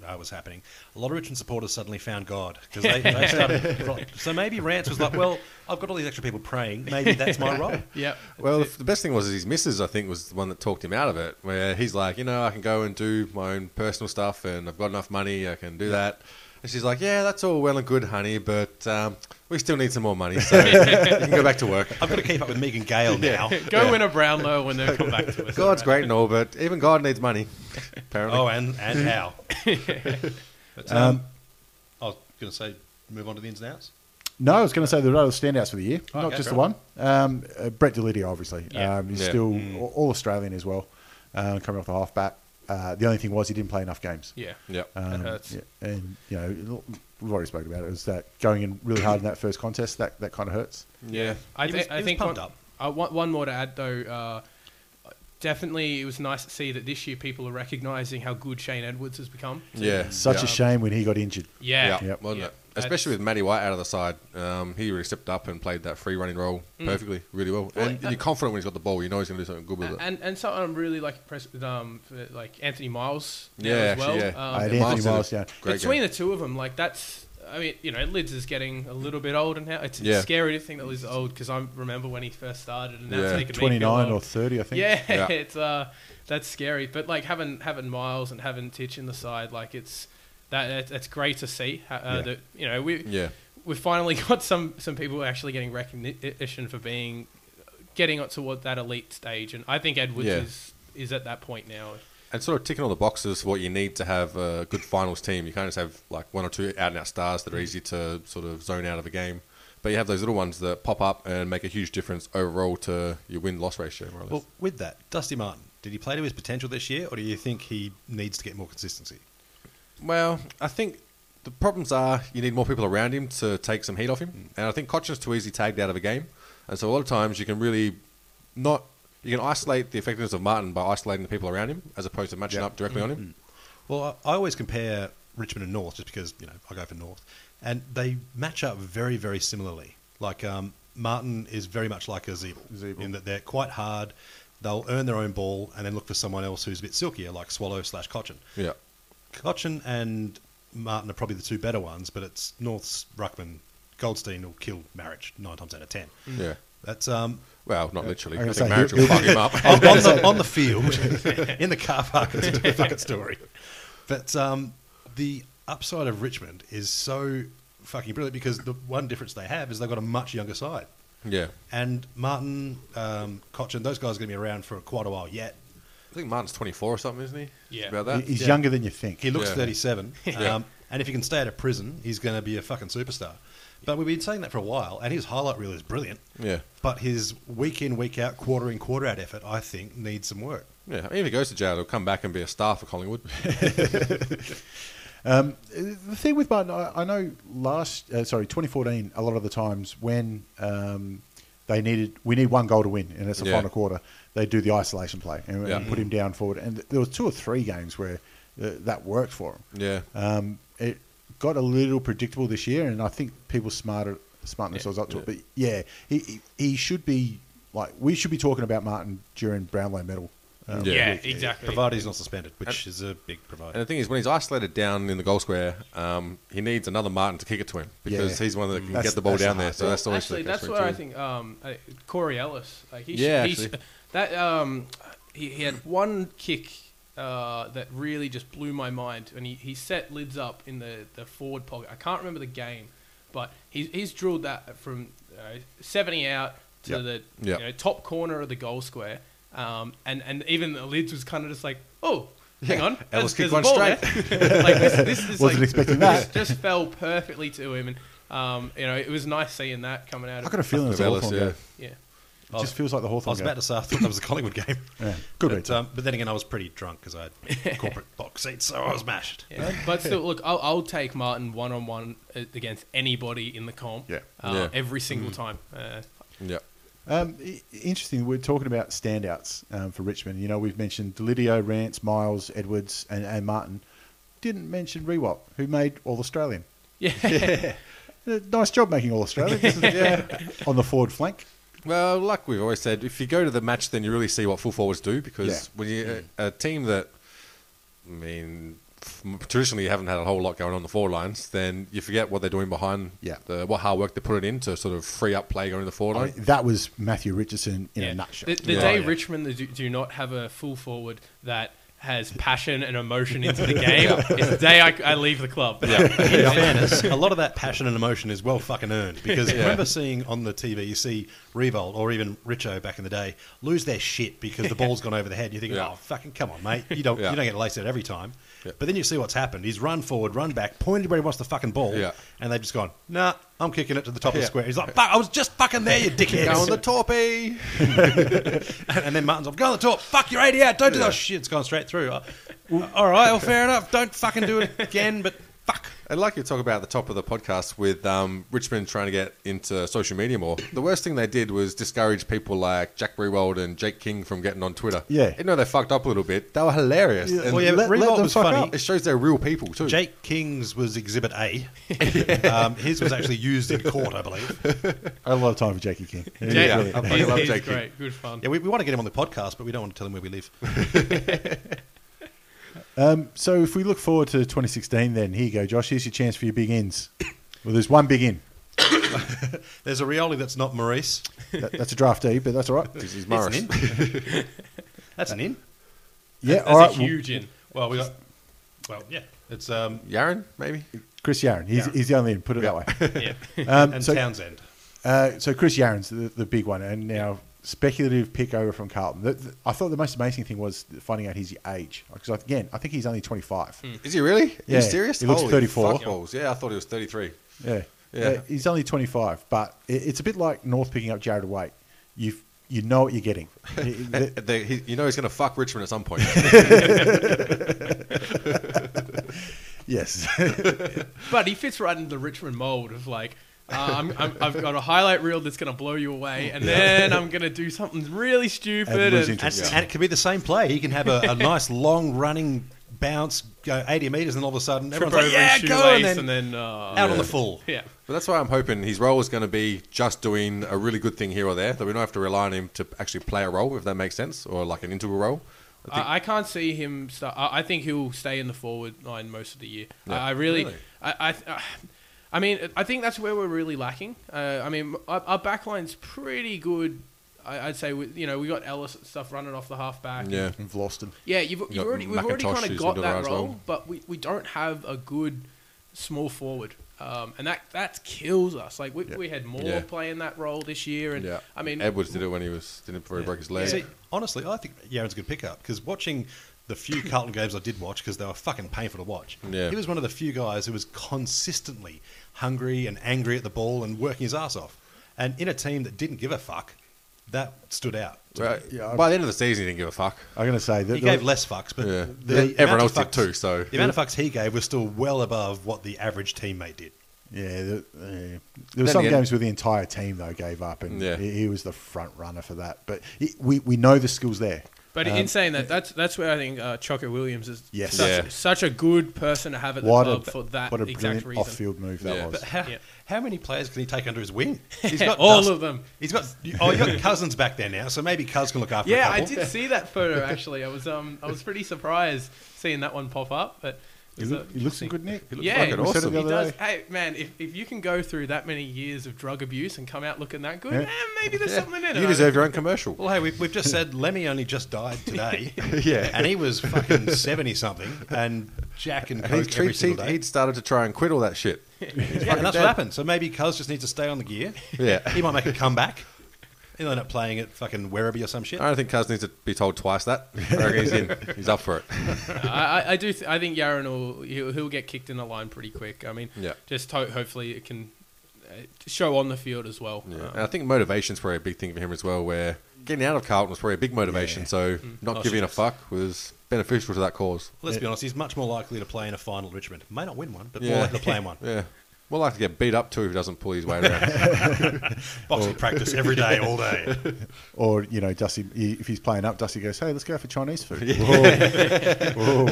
D: uh, was happening, a lot of Richmond supporters suddenly found God because they, they started. so maybe Rance was like, "Well, I've got all these extra people praying. Maybe that's my role."
C: Yep.
B: Well, the best thing was is his missus, I think, was the one that talked him out of it. Where he's like, you know, I can go and do my own personal stuff, and I've got enough money, I can do that. And she's like, yeah, that's all well and good, honey, but um, we still need some more money, so you can go back to work.
D: I've got to keep up with Megan Gale now.
C: Go win a Brownlow when they come back to us.
B: God's great and all, but even God needs money, apparently.
D: Oh, and and how? but, um, I was going to say, move on to the ins and outs.
A: No, I was going to say there are other standouts for the year, not
D: Oh, Okay,
A: just the
D: fair
A: one. Um, uh, Brett Delidio, obviously,
C: Yeah.
A: um, he's
B: Yeah.
A: still
D: Mm.
A: all- all Australian as well, um, coming off the halfback. Uh, the only thing was he didn't play enough games.
C: Yeah.
B: yeah.
A: Um,
C: hurts.
A: yeah, and you know we've already spoken about it. Is that going in really hard in that first contest that that kind of hurts?
C: Mm.
B: yeah.
C: I,
D: He
C: thi-
D: was- he
C: I
D: was
C: think
D: pumped
C: one,
D: up.
C: I want one more to add though. Uh, definitely, it was nice to see that this year people are recognizing how good Shane Edwards has become.
B: Yeah.
A: Such
B: yeah.
A: a shame when he got injured.
C: Yeah,
B: Yeah,
A: Yep.
B: wasn't
C: Yeah.
B: it? Especially with Matty White out of the side, um, he really stepped up and played that free running role perfectly, really well. And you're confident when he's got the ball, you know he's going to do something good with it.
C: and and something I'm really like impressed with um for, like Anthony Miles now
B: Yeah,
C: as well.
B: actually, yeah.
C: Um,
A: I had
B: yeah,
A: Anthony
B: Miles did
A: Miles
B: it.
A: down.
B: Great
C: between
B: game.
C: the two of them, like that's. I mean, you know, Lids is getting a little bit older now. It's,
B: Yeah.
C: it's scary to think that Lids is old because I remember when he first started, and that's
B: Yeah.
C: making me feel
A: Twenty nine
C: old.
A: or thirty, I think.
C: Yeah,
B: Yeah.
C: it's uh, that's scary. But like having having Miles and having Titch in the side, like it's that it's- it's great to see. Uh,
A: Yeah.
C: that, you know, we
B: Yeah.
C: we finally got some some people actually getting recognition for being getting up toward that elite stage, and I think Edwards
B: Yeah.
C: is is at that point now.
B: And sort of ticking all the boxes for what you need to have a good finals team. You can't just have like one or two out and out stars that are easy to sort of zone out of a game. But you have those little ones that pop up and make a huge difference overall to your win loss ratio, more or less.
D: Well, with that, Dusty Martin, did he play to his potential this year, or do you think he needs to get more consistency?
B: Well, I think the problems are you need more people around him to take some heat off him, and I think Cochin's too easily tagged out of a game, and so a lot of times you can really not you can isolate the effectiveness of Martin by isolating the people around him as opposed to matching up directly on him.
D: Well, I, I always compare Richmond and North just because you know I go for North, and they match up very, very similarly. Like um, Martin is very much like a Zeeble,
A: Zeeble.
D: in that they're quite hard. They'll earn their own ball and then look for someone else who's a bit silkier, like Swallow slash Cochin.
B: Mm. Yeah,
D: Cochin and Martin are probably the two better ones, but it's North's Ruckman Goldstein will kill marriage nine times out of ten.
B: yeah.
D: That's um,
B: Well, not literally.
A: I
B: I
A: was
B: think
A: gonna
B: marriage
A: say,
B: will
A: he'll-
B: fuck him up.
D: on, on the, on the field, in the car park. It's a different fucking story. But um, the upside of Richmond is so fucking brilliant because the one difference they have is they've got a much younger side.
B: yeah,
D: And Martin, um, Cochin, those guys are going to be around for quite a while yet.
B: I think Martin's twenty four or something, isn't he?
C: Yeah.
B: about
A: He-
B: that.
A: he's
D: Yeah.
A: younger than you think.
D: He looks
B: Yeah.
D: 37.
B: Yeah.
D: Um, and if he can stay out of prison, he's going to be a fucking superstar. But we've been saying that for a while, and his highlight reel is brilliant.
B: Yeah.
D: But his week in, week out, quarter in, quarter out effort, I think, needs some work.
B: Yeah, I mean, if he goes to jail, he'll come back and be a star for Collingwood.
A: Um, the thing with Martin, I, I know last, uh, sorry, 2014, a lot of the times when um, they needed, we need one goal to win, and it's the
B: Yeah.
A: final quarter, they do the isolation play and, and
B: Yeah.
A: put him down forward. And there was two or three games where uh, that worked for him.
B: yeah,
A: Um, it got a little predictable this year, and I think people smarter smarten themselves up to it. But yeah, he he- he should be like we should be talking about Martin during Brownlow medal. Um,
B: Yeah.
C: Yeah,
A: week.
C: exactly.
D: Provided he's not suspended, which is a big provider.
B: And the thing is, when he's isolated down in the goal square, um, he needs another Martin to kick it to him because
A: Yeah.
B: he's one that can
A: That's-
B: get the ball
A: that's
B: down
A: the
B: there.
A: hard
B: So
A: bit.
B: that's always
C: Actually,
B: the case
C: that's
B: for
C: where I
B: him too.
C: think um, uh, Corey Ellis. Like he,
B: Yeah,
C: yeah, he
B: actually.
C: should, that um, he, he had one kick uh, that really just blew my mind, and he, he set lids up in the, the forward pocket. I can't remember the game, but he's he's drilled that from uh, seventy out to
A: Yep.
C: the
B: Yep.
C: you know, top corner of the goal square, um, and and even the lids was kind of just like oh. Hang
B: Yeah,
C: on,
B: Ellis kicked
C: there's- there's a
B: one
C: ball there. like this, this is
A: Wasn't
C: like,
A: expecting that.
C: this just fell perfectly to him, and um, you know it was nice seeing that coming out.
A: I
C: of
A: got a feeling it's a
B: Ellis,
A: Hawthorn
B: yeah.
A: game.
C: yeah.
A: It just feels like the
D: I
A: Hawthorn
D: was about
A: game.
D: to say, I thought that was a Collingwood game.
A: Yeah, could
D: but,
A: be.
D: um, but then again, I was pretty drunk because I had corporate box seats, so I was mashed.
C: Yeah. but still, look, I'll, I'll take Martin one on one against anybody in the comp.
A: Yeah.
C: Uh,
B: Yeah.
C: Every single time. Uh,
B: Yeah.
A: Um, i- interesting. We're talking about standouts um, for Richmond. You know, we've mentioned Delidio, Rance, Miles, Edwards, and, and Martin. Didn't mention Rewalt, who made All Australian.
C: yeah.
A: Uh, Nice job making All Australian yeah. on the forward flank.
B: Well, like we've always said, if you go to the
C: Mm.
B: match, then you really see what full forwards do because
A: Yeah.
B: when you a, a team that, I mean, f- traditionally haven't had a whole lot going on the forward lines, then you forget what they're doing behind.
A: Yeah.
B: The, what hard work they're putting in to sort of free up play going to the forward
A: I
B: line.
A: mean, that was Matthew Richardson in
C: Yeah.
A: a nutshell.
C: The, the
B: Yeah.
C: day
B: Yeah.
C: Richmond do, do not have a full forward that has passion and emotion into the game, it's the day I, I leave the club.
D: In fairness, a lot of that passion and emotion is well fucking earned because I remember seeing on the TV, you see Revolt or even Richo back in the day lose their shit because the ball's gone over the head. You think,
B: Yeah.
D: oh fucking come on, mate, you don't
B: Yeah.
D: you don't get laced out every time.
B: Yeah.
D: But then you see what's happened. He's run forward, run back, pointed where he wants the fucking ball,
B: Yeah.
D: and they've just gone, nah, I'm kicking it to the top of
B: Yeah.
D: the square. He's like, fuck, I was just fucking there, you dickhead.
B: Go on the torpy.
D: And then Martin's off, go on the top, fuck, you're 80 out, don't do that. Oh, shit, it's gone straight through. Uh, all right, well, fair enough, don't fucking do it again, but fuck.
B: I'd like you to talk about at the top of the podcast with um, Richmond trying to get into social media more. The worst thing they did was discourage people like Jack Rewald and Jake King from getting on Twitter.
A: Yeah.
B: Even though they fucked up a little bit, they were hilarious. And
D: Well, yeah, but
A: Let- let
D: Revolt
A: them
D: was
A: fuck
D: funny.
A: up.
B: It shows they're real people, too.
D: Jake King's was Exhibit A. um, his was actually used in court, I believe.
A: I had a lot of time for Jakey King. He was
C: Jake,
A: brilliant.
B: I
C: he's,
B: love
C: he's
B: Jake.
C: great. Good fun.
D: Yeah, we, we want to get him on the podcast, but we don't want to tell him where we live.
A: Um, so if we look forward to 2016, then here you go, Josh. Here's your chance for your big ins. Well, there's one big in.
D: There's a Rioli that's not Maurice.
A: That, that's a draftee, but that's all right.
B: Because he's
D: That's
B: Morris.
D: an That's an in.
A: Yeah,
C: That's
A: all right.
C: a huge in.
D: Well, we got. Well, yeah, it's um,
B: Yaron, maybe?
A: Chris Yaron. He's,
D: Yarran.
A: he's the only in. Put it that
C: Yeah.
A: way. Um,
D: and
A: so,
D: Townsend.
A: uh, so Chris Yaron's the, the big one, and now speculative pick over from Carlton. The, the- I thought the most amazing thing was finding out his age because again, I think he's only 25.
D: Hmm.
B: Is he really? Are
A: Yeah.
B: you serious?
A: He looks
B: Holy
A: 34.
B: fuckballs. Yeah, I thought he was 33.
A: Yeah.
B: Yeah.
A: Uh, he's only 25, but it, it's a bit like North picking up Jared Waite. You you know what you're getting. It- it-
B: They- he- you know he's going to fuck Richmond at some point.
A: yes.
C: But he fits right into the Richmond mold of like, uh, I'm, I'm, I've got a highlight reel that's going to blow you away, and then I'm going to do something really stupid.
A: And lose
C: And,
A: interest.
D: And, and it can be the same play. He can have a, a nice long running bounce, go 80 metres, and all of a sudden
C: trip
D: everyone's
C: over
D: like, yeah,
C: his
D: go, and
C: shoelace,
D: then,
C: and then, uh,
D: out on the full.
C: yeah.
B: But that's why I'm hoping his role is going to be just doing a really good thing here or there. That we don't have to rely on him to actually play a role, if that makes sense, or like an integral role. I think-
C: I, I can't see him. Start, I, I think he'll stay in the forward line most of the year.
B: Yeah.
C: I, I really,
B: Really?
C: I, I, I mean, I think that's where we're really lacking. Uh, I mean, our, our back line's pretty good. I, I'd say, with, you know, we got Ellis and stuff running off the halfback.
B: yeah.
A: And Vlosten.
C: Yeah, you've,
B: got
C: you've already, we've already
B: McIntosh
C: kind of
B: who's
C: got
B: into there
C: that
B: as
C: role,
B: well.
C: but we, we don't have a good small forward. Um, and that, that kills us. Like, we, we had more
B: Yeah.
C: playing that role this year. And
B: Yeah.
C: I mean,
B: Edwards did it when he was didn't before he broke his leg.
D: See, honestly, I think Yaron's a good pickup because watching the few Carlton games I did watch because they were fucking painful to watch.
B: Yeah.
D: He was one of the few guys who was consistently hungry and angry at the ball and working his ass off. And in a team that didn't give a fuck, that stood out. to me.
B: Right. By the end of the season, he didn't give a fuck.
A: I'm going to say that
D: He gave less fucks, but
B: Yeah.
D: the
B: Yeah,
D: amount
B: everyone
D: of
B: else did
D: fucks-
B: too, so-
D: the amount of fucks he gave was still well above what the average teammate did.
A: Yeah, the, uh, there were
B: Then
A: some
B: again-
A: games where the entire team though gave up, and
B: Yeah.
A: he, he was the front runner for that. But he, we we know the skills there.
C: But in saying that, that's that's where I think uh, Choco Williams is
A: um, Yes.
C: such,
B: Yeah.
C: such a good person to have at the
A: What a
C: club for that
A: what a
C: exact
A: brilliant
C: reason.
A: off-field move that
B: Yeah.
A: was.
D: But how,
C: Yeah.
D: how many players can he take under his wing? He's
C: All
D: Dust-
C: of them.
D: He's got oh, you got cousins back there now, so maybe Cuz can look after. a
C: Yeah, I
D: couple.
C: did see that photo actually. I was um I was pretty surprised seeing that one pop up, but
A: he,
C: it was, uh,
A: look, he looks in good nick.
B: He looks
C: Yeah,
B: fucking
C: we
A: said it
B: awesome.
A: the
C: he
A: other
C: does.
A: day.
C: Hey man, if, if you can go through that many years of drug abuse and come out looking that good,
A: Yeah.
C: eh, maybe there's
B: Yeah.
C: something in it.
B: You deserve your own commercial.
D: Well, hey, we've, we've just said Lemmy only just died today.
B: Yeah.
D: And he was fucking 70 something, and Jack and
B: And he's
D: Coke every
B: treats, he'd,
D: single day.
B: he'd started to try and quit all that shit.
D: Yeah, and that's what happened. So maybe Cuz just needs to stay on the gear.
B: Yeah.
D: He might make a comeback. He'll end up playing at fucking Werribee or some shit.
B: I don't think Cuz needs to be told twice that. I reckon he's in. He's up for it.
C: I, I- I do. Th- I think Yaron will he'll, he'll get kicked in the line pretty quick. I mean,
B: Yeah.
C: just ho- hopefully it can uh, show on the field as well.
B: Yeah.
C: Um,
B: And I think motivation's probably a big thing for him as well, where getting out of Carlton was probably a big motivation. So not
D: Oh,
B: giving a
D: shit.
B: fuck was beneficial to that cause.
D: Let's be honest, he's much more likely to play in a final at Richmond. May not win one, but
B: Yeah.
D: more likely to play in one.
B: Yeah. We'll have to get beat up too if he doesn't pull his weight around.
D: Boxing practice every day, all day.
A: Or you know, Dusty, if he's playing up, Dusty goes, "Hey, let's go for Chinese food." Whoa. Whoa.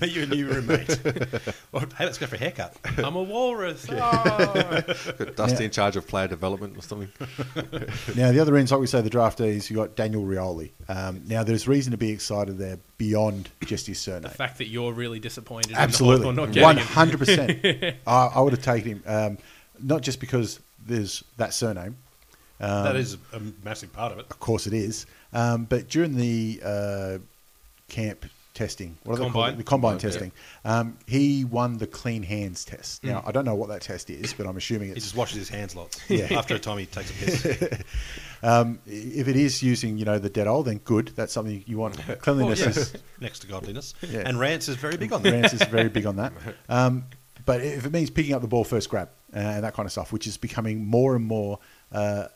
D: Meet your new roommate. Or, hey, let's go for a haircut.
C: Um, I'm a walrus. Oh.
B: Got Dusty
A: Yeah.
B: in charge of player development or something.
A: Now, the other end, like we say, the draftees, you got Daniel Rioli. Um, now, there's reason to be excited there beyond just his surname.
C: The fact that you're really disappointed.
A: Absolutely,
C: In the Hawthorn
A: one
C: not getting
A: hundred percent. I I would have taken him, um, not just because there's that surname.
B: Um,
D: that is a massive part of it.
A: Of course, it is. Um, but during the uh, camp testing, what are they
C: Combine?
A: called? The combine
B: Oh, yeah.
A: testing. Um, he won the clean hands test. Now, I don't know what that test is, but I'm assuming
D: He
A: it's
D: just washes his hands lots.
A: Yeah.
D: After a time, he takes a piss.
A: if it is using you know the dead old, then good. That's something you want. Cleanliness is
D: Next to godliness.
A: Yeah.
D: And Rance is very big on that.
A: Rance is very big on that. Um, but if it means picking up the ball first grab uh, and that kind of stuff, which is becoming more and more uh,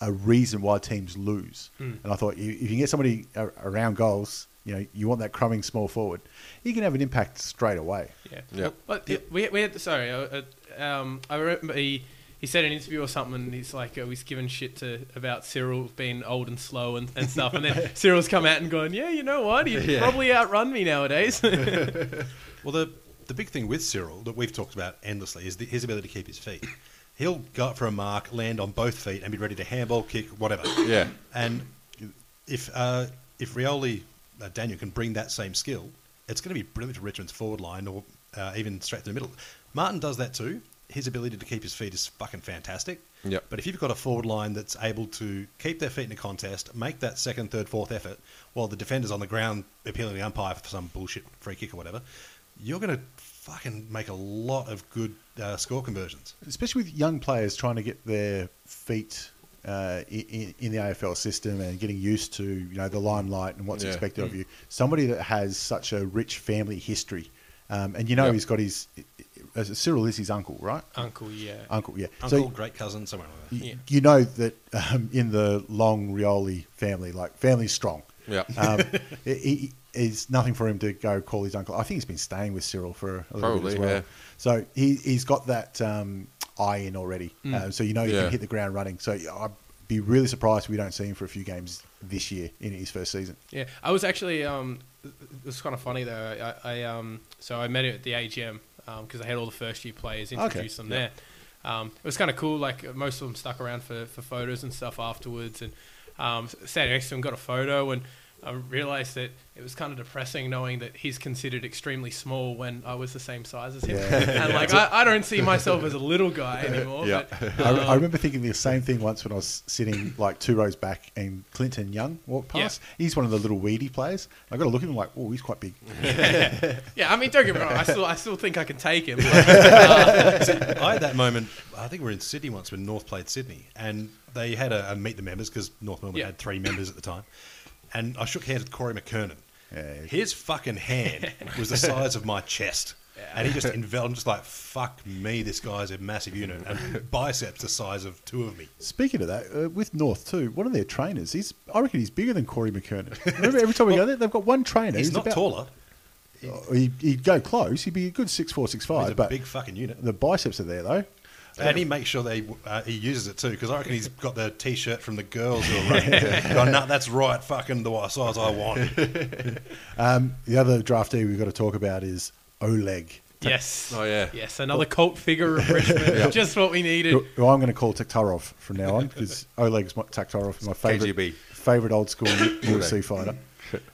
A: a reason why teams lose. And I thought you- if you can get somebody a- around goals, you know, you want that crumbing small forward, he can have an impact straight away.
C: Yeah.
B: Yeah.
C: But the- we, we had, sorry, uh, uh, um, I remember he, he said in an interview or something, and he's like, uh, he's given shit to about Cyril being old and slow and, and stuff. And then Cyril's come out and gone, yeah, you know what? He'd probably outrun me nowadays.
D: Well, the the big thing with Cyril that we've talked about endlessly is the, his ability to keep his feet. He'll go up for a mark, land on both feet, and be ready to handball, kick, whatever.
B: Yeah.
D: And if uh, if Rioli uh, Daniel can bring that same skill, it's going to be brilliant to Richmond's forward line or uh, even straight to the middle. Martin does that too. His ability to keep his feet is fucking fantastic.
B: Yep.
D: But if you've got a forward line that's able to keep their feet in a contest, make that second, third, fourth effort, while the defender's on the ground appealing to the umpire for some bullshit free kick or whatever, you're going to fucking make a lot of good uh, score conversions.
A: especially with young players trying to get their feet uh, in, in the AFL system and getting used to you know the limelight and what's
B: Yeah.
A: expected of you. Somebody that has such a rich family history, um, and you know
B: Yep.
A: he's got his uh, Cyril is his uncle, right?
C: Uncle, yeah.
A: Uncle, yeah.
D: Uncle,
A: so
D: great cousin, somewhere like that.
A: y-
C: Uh, Yeah.
A: you know that um, in the long Rioli family, like family's strong.
B: Yeah.
A: Um, it, it, it's nothing for him to go call his uncle. I think he's been staying with Cyril for a little bit
B: Probably,
A: as well.
B: yeah.
A: So he, he's got that um, eye in already. Uh, so you know he
B: Yeah.
A: can hit the ground running. So I'd be really surprised if we don't see him for a few games this year in his first season.
C: Yeah, I was actually. Um, it was kind of funny though. I, I um, so I met him at the AGM because um, I had all the first year players introduce them there. Um, it was kind of cool. Like uh, most of them stuck around for, for photos and stuff afterwards, and um, sat next to him, got a photo, and I realized that it was kind of depressing knowing that he's considered extremely small when I was the same size as him. and like I, I don't see myself as a little guy anymore.
B: Yeah.
C: But,
A: I, I remember thinking the same thing once when I was sitting like two rows back and Clinton Young walked
C: Yeah.
A: past. He's one of the little weedy players. I got to look at him like, oh, he's quite big.
C: yeah, I mean, don't get me wrong. I still I still think I can take him. but-
D: I had that moment. I think we were in Sydney once when North played Sydney, and they had a, a meet the members because North Melbourne
C: Yeah.
D: had three members at the time. And I shook hands with Corey McKernan.
A: Yeah.
D: His fucking hand was the size of my chest, and he just enveloped. I'm just like, fuck me, this guy's a massive unit, and biceps the size of two of me.
A: Speaking of that, uh, with North too, one of their trainers, he's I reckon he's bigger than Corey McKernan. Remember, every time we go there, they've got one trainer.
D: He's,
A: who's
D: not
A: about-
D: taller.
A: Oh, He, he'd go close. He'd be a good six four, six
D: He's
A: five.
D: a
A: But
D: big fucking unit.
A: the biceps are there though.
D: And he makes sure that he, uh, he uses it too, because I reckon he's got the T-shirt from the girls who are running. Going, nah, that's right, fucking the size I want.
A: Um, the other draftee we've got to talk about is Oleg,
C: Yes.
B: Oh, yeah.
C: Yes, another cult figure of Richmond. Just what we needed.
A: who who I'm going to call Taktarov from now on because Oleg's my, Taktarov, is my favorite
B: KGB.
A: favorite old school UFC fighter.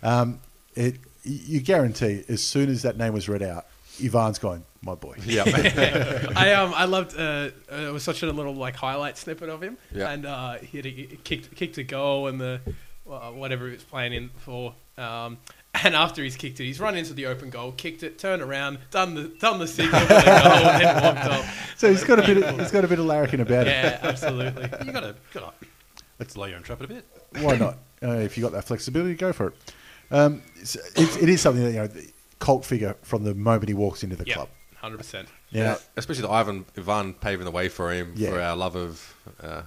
A: Um, it, you guarantee as soon as that name was read out, Ivan's going, my boy.
B: Yeah.
C: I um I loved uh, uh, it was such a little like highlight snippet of him.
B: Yeah.
C: And uh, he had a, he kicked kicked a goal and the uh, whatever he was playing in for. Um, and after he's kicked it, he's run into the open goal, kicked it, turned around, done the done the signal for the goal, and then walked off.
A: So he's got a bit. Of, he's got a bit of larrikin about him.
C: Yeah, absolutely.
D: you gotta gotta let's lay your own trap a bit.
A: why not? Uh, if you got that flexibility, go for it. Um, it's, it's, it is something that you know, the cult figure from the moment he walks into the
C: Yeah,
A: club.
C: hundred percent.
A: Yeah,
B: uh, Especially the Ivan Ivan paving the way for him
A: Yeah.
B: for our love of uh,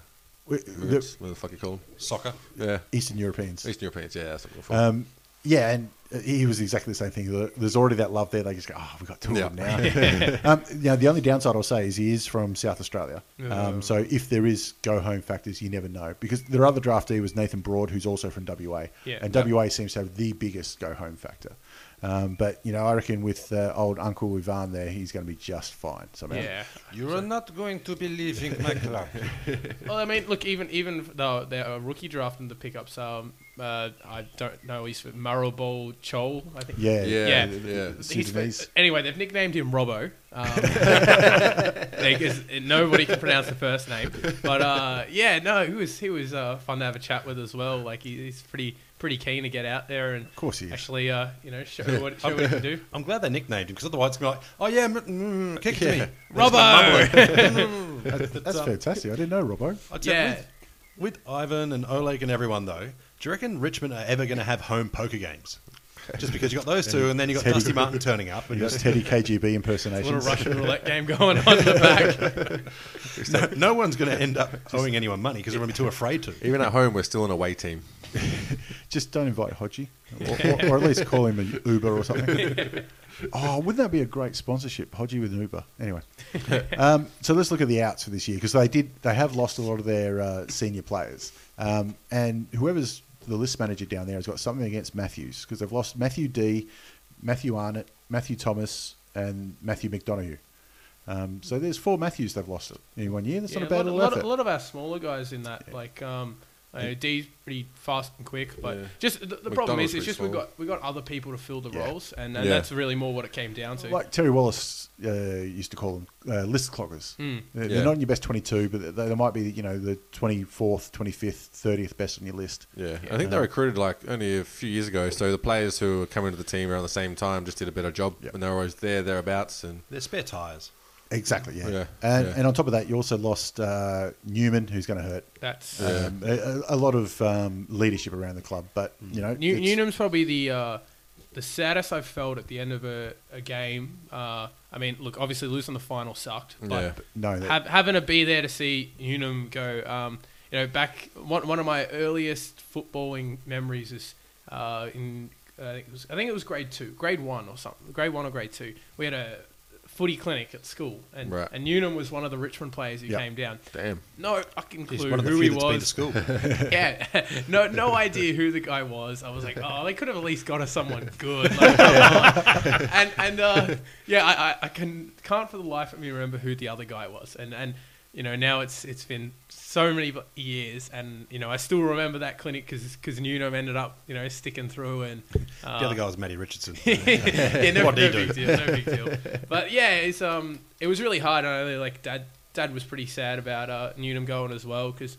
A: we,
B: moves,
A: the
B: what the fuck you call 'em?
D: Soccer.
B: Yeah.
A: Eastern Europeans.
B: Eastern Europeans. Yeah. That's what we're for.
A: Um, yeah, and he was exactly the same thing. There's already that love there. They just go, oh, we've got two of
B: Yeah.
A: them now. um, you know, the only downside I'll say is he is from South Australia.
C: Oh.
A: Um, so if there is go home factors, you never know. Because their other draftee was Nathan Broad, who's also from WA.
C: Yeah.
A: and WA seems to have the biggest go home factor. Um, but, you know, I reckon with uh, old Uncle Ivan there, he's going to be just fine somehow.
C: Yeah.
E: You are not going to be leaving my club.
C: Well, I mean, look, even even though they're a rookie draft and the pickups are, uh, I don't know, he's Marable Chol, I think.
A: Yeah.
B: Yeah,
C: Yeah.
B: yeah.
C: He's-
A: Sudanese.
C: anyway, they've nicknamed him Robbo. Um, because nobody can pronounce the first name. But uh, yeah, no, he was he was uh, fun to have a chat with as well. Like he, he's pretty pretty keen to get out there and of
A: course he is.
C: actually uh, you know show what show what he can do.
D: I'm glad they nicknamed him because otherwise it's going to be like, oh yeah, mm, mm, kick it to me.
C: Robbo.
A: That's
C: um,
A: fantastic. I didn't know, Robbo.
D: I'd say
C: yeah.
D: with- With Ivan and Oleg and everyone though, do you reckon Richmond are ever going to have home poker games? Just because you got those two, and then you got
A: Teddy.
D: Dusty Martin turning up, and
A: You got
D: just
A: Teddy KGB
C: A little
A: impersonations.
C: Russian roulette game going on in the back.
D: no, no one's going to end up owing anyone money because they're going to be too afraid to.
B: Even at home, we're still an away team.
A: Just don't invite Hodgie, or, or, or at least call him an Uber or something. oh, wouldn't that be a great sponsorship, Hodgie with an Uber? Anyway, um, so let's look at the outs for this year because they did they have lost a lot of their uh, senior players, um, and whoever's the list manager down there has got something against Matthews because they've lost Matthew D, Matthew Arnott, Matthew Thomas, and Matthew McDonough. Um, so there's four Matthews they've lost in one year. That's
C: Yeah,
A: not a bad
C: lot,
A: little
C: lot,
A: effort.
C: a lot of our smaller guys in that, like um, I know, D's pretty fast and quick, but
B: Yeah.
C: just the, the problem
B: McDonald's
C: is,
B: pretty
C: it's just we
B: small.
C: got we got other people to fill the
A: Yeah.
C: roles, and, and
B: Yeah.
C: that's really more what it came down to.
A: Like Terry Wallace uh, used to call them uh, list cloggers.
C: Hmm.
A: They're, they're
B: Yeah.
A: not in your best 22, but they, they might be, you know, the 24th, 25th, 30th best on your list.
B: Yeah, I think they recruited like only a few years ago. So the players who were coming to the team around the same time just did a better job,
A: Yep.
B: and they were always there thereabouts. And
D: They're spare tires.
A: Exactly, yeah.
B: Yeah,
A: And,
B: yeah.
A: and on top of that, you also lost uh, Newman, who's going to hurt.
C: that's
A: Um, a, a lot of um, leadership around the club, but, you know.
C: New,
A: it's-
C: Newnham's probably the uh, the saddest I've felt at the end of a, a game. Uh, I mean, look, obviously losing the final sucked, but
B: Yeah.
A: No, that-
C: hav- having to be there to see Newnham go. Um, you know, back one one of my earliest footballing memories is uh, in I think, it was, I think it was grade two, grade one or something, grade one or grade two. We had a footy clinic at school, and
B: Right.
C: and Newnham was one of the Richmond players who
A: Yeah.
C: came down.
B: damn,
C: No fucking
D: He's
C: clue
D: one of the
C: who
D: few
C: he
D: that's been to
C: was
D: school.
C: yeah, no, no idea who the guy was. I was like, oh, they could have at least got us someone good. Like, come on. and and uh, yeah, I, I, I can can't for the life of me remember who the other guy was. And and you know now it's it's been so many bu- years, and you know I still remember that clinic because because Newnham ended up you know sticking through and uh,
D: The other guy was Matty Richardson.
C: yeah, no, no
D: What do you
C: big deal, no big deal. But yeah, it's um, it was really hard. I know, like dad, dad was pretty sad about uh, Newnham going as well because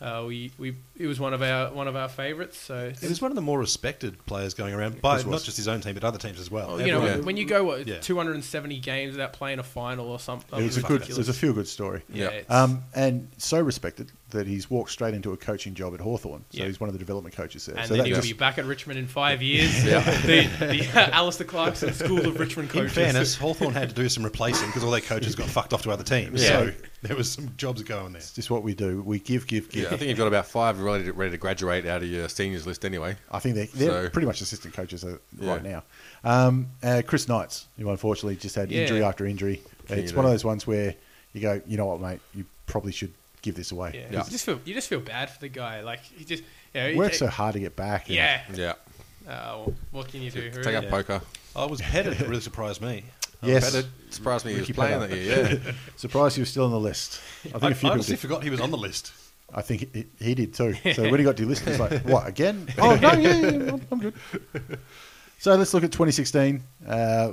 C: uh, we we it was one of our one of our favourites. So it's-
D: He was one of the more respected players going around by
A: This was.
D: not just his own team, but other teams as well.
C: you know,
B: yeah.
C: when you go what
D: Yeah.
C: 270 games without playing a final or something,
A: it was a good,
C: ridiculous.
A: it was a feel good story.
C: yeah,
B: Yeah.
C: it's-
A: Um, and so respected that he's walked straight into a coaching job at Hawthorn. So
C: Yeah.
A: he's one of the development coaches there.
C: and
A: so
C: then
A: that
C: he'll
A: just-
C: be back at Richmond in five years. The, the uh, Alistair Clarkson School of Richmond
D: In
C: coaches.
D: fairness, Hawthorn had to do some replacing because all their coaches got fucked off to other teams.
C: Yeah.
D: So there was some jobs going there.
A: It's just what we do. We give, give, give.
B: yeah, I think you've got about five ready to, ready to graduate out of your seniors list anyway.
A: I think they're, they're
B: So-
A: pretty much assistant coaches uh, right
B: Yeah.
A: now. Um, uh, Chris Knights, who unfortunately just had
C: Yeah.
A: injury after injury.
B: King
A: it's
B: of
A: one of
B: that.
A: those ones where you go, you know what, mate, you probably should give this away.
C: yeah,
B: Yeah.
C: You just feel you just feel bad for the guy. Like he just you know, he-
A: Worked so hard to get back. and-
C: yeah.
B: Yeah,
C: Uh, what can you do?
B: take up
C: really?
B: poker.
D: I was headed. It really surprised me.
A: Yes.
B: Better surprised me he was
A: Ricky
B: playing
A: Pedder.
B: that year. Yeah,
A: Surprised he was still on the list. I think
D: I,
A: a few
D: I
A: people
D: honestly
A: did.
D: forgot he was on the list.
A: I think he, he did too. So when he got delisted, he's like, "What again? Oh no, yeah, yeah, yeah, I'm, I'm good." So let's look at 2016. Uh,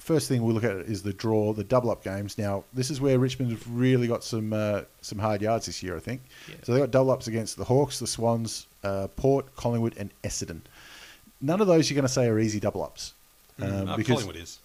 A: first thing we'll look at is the draw, the double up games. Now this is where Richmond have really got some uh, some hard yards this year, I think.
C: Yeah.
A: So they got double ups against the Hawks, the Swans, uh, Port, Collingwood, and Essendon. None of those you're going to say are easy double ups. Um,
D: Uh,
A: because
D: Collingwood is.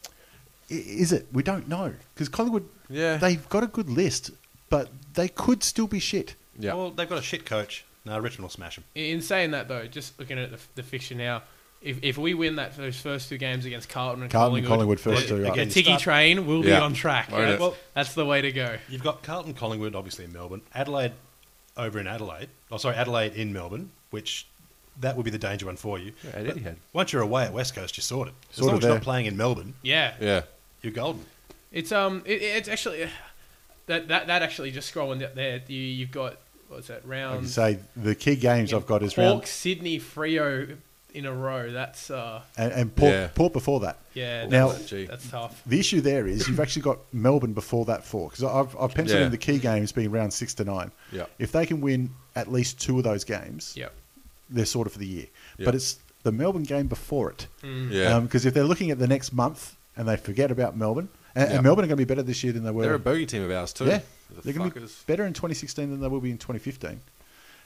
A: i- is it? We don't know because Collingwood,
B: Yeah.
A: they've got a good list, but they could still be shit.
B: yeah.
D: Well, they've got a shit coach. No, Richmond will smash him.
C: In saying that, though, just looking at the, the fixture now, if, if we win that those first two games against Carlton and
A: Carlton and Collingwood
C: Collingwood,
A: first
D: Well,
A: two.
D: again,
A: I
C: the
A: think.
D: you
C: Tiggy
D: start-
C: train will
B: Yeah.
C: be on track.
B: Won't
C: Yeah,
B: it?
C: well, that's the way to go.
D: You've got Carlton, Collingwood, obviously in Melbourne. Adelaide over in Adelaide. Oh, sorry, Adelaide in Melbourne, which that would be the danger one for you.
B: Yeah, at Etihad.
D: Once you're away at West Coast, you're sorted. As
A: Sorted
D: long as you're
A: there.
D: not playing in Melbourne,
C: Yeah.
B: Yeah.
D: you're golden.
C: It's um, it, it's actually that that that actually just scrolling up there. You you've got what's that
A: I
B: um,
A: can
C: round?
A: say the key games I've got is
C: Hawks,
A: round
C: Sydney, Frio in a row. That's uh,
A: and, and Port,
B: Yeah.
A: Port before that.
C: yeah.
A: Now-
C: that's,
B: Gee.
C: that's tough.
A: The issue there is you've actually got Melbourne before that four because I've, I've penciled
B: Yeah.
A: in the key games being round six to nine.
B: Yeah.
A: If they can win at least two of those games,
C: Yep.
A: they're sorted for the year.
B: Yeah. Mm.
A: But it's the Melbourne game before it.
B: Yeah.
A: Because if they're looking at the next month and they forget about Melbourne, and, and
B: Yeah.
A: Melbourne are going to be better this year than they were.
B: They're a bogey team of ours, too.
A: yeah.
B: The
A: they're going to be
B: fuckers.
A: better in 2016 than they will be in 2015.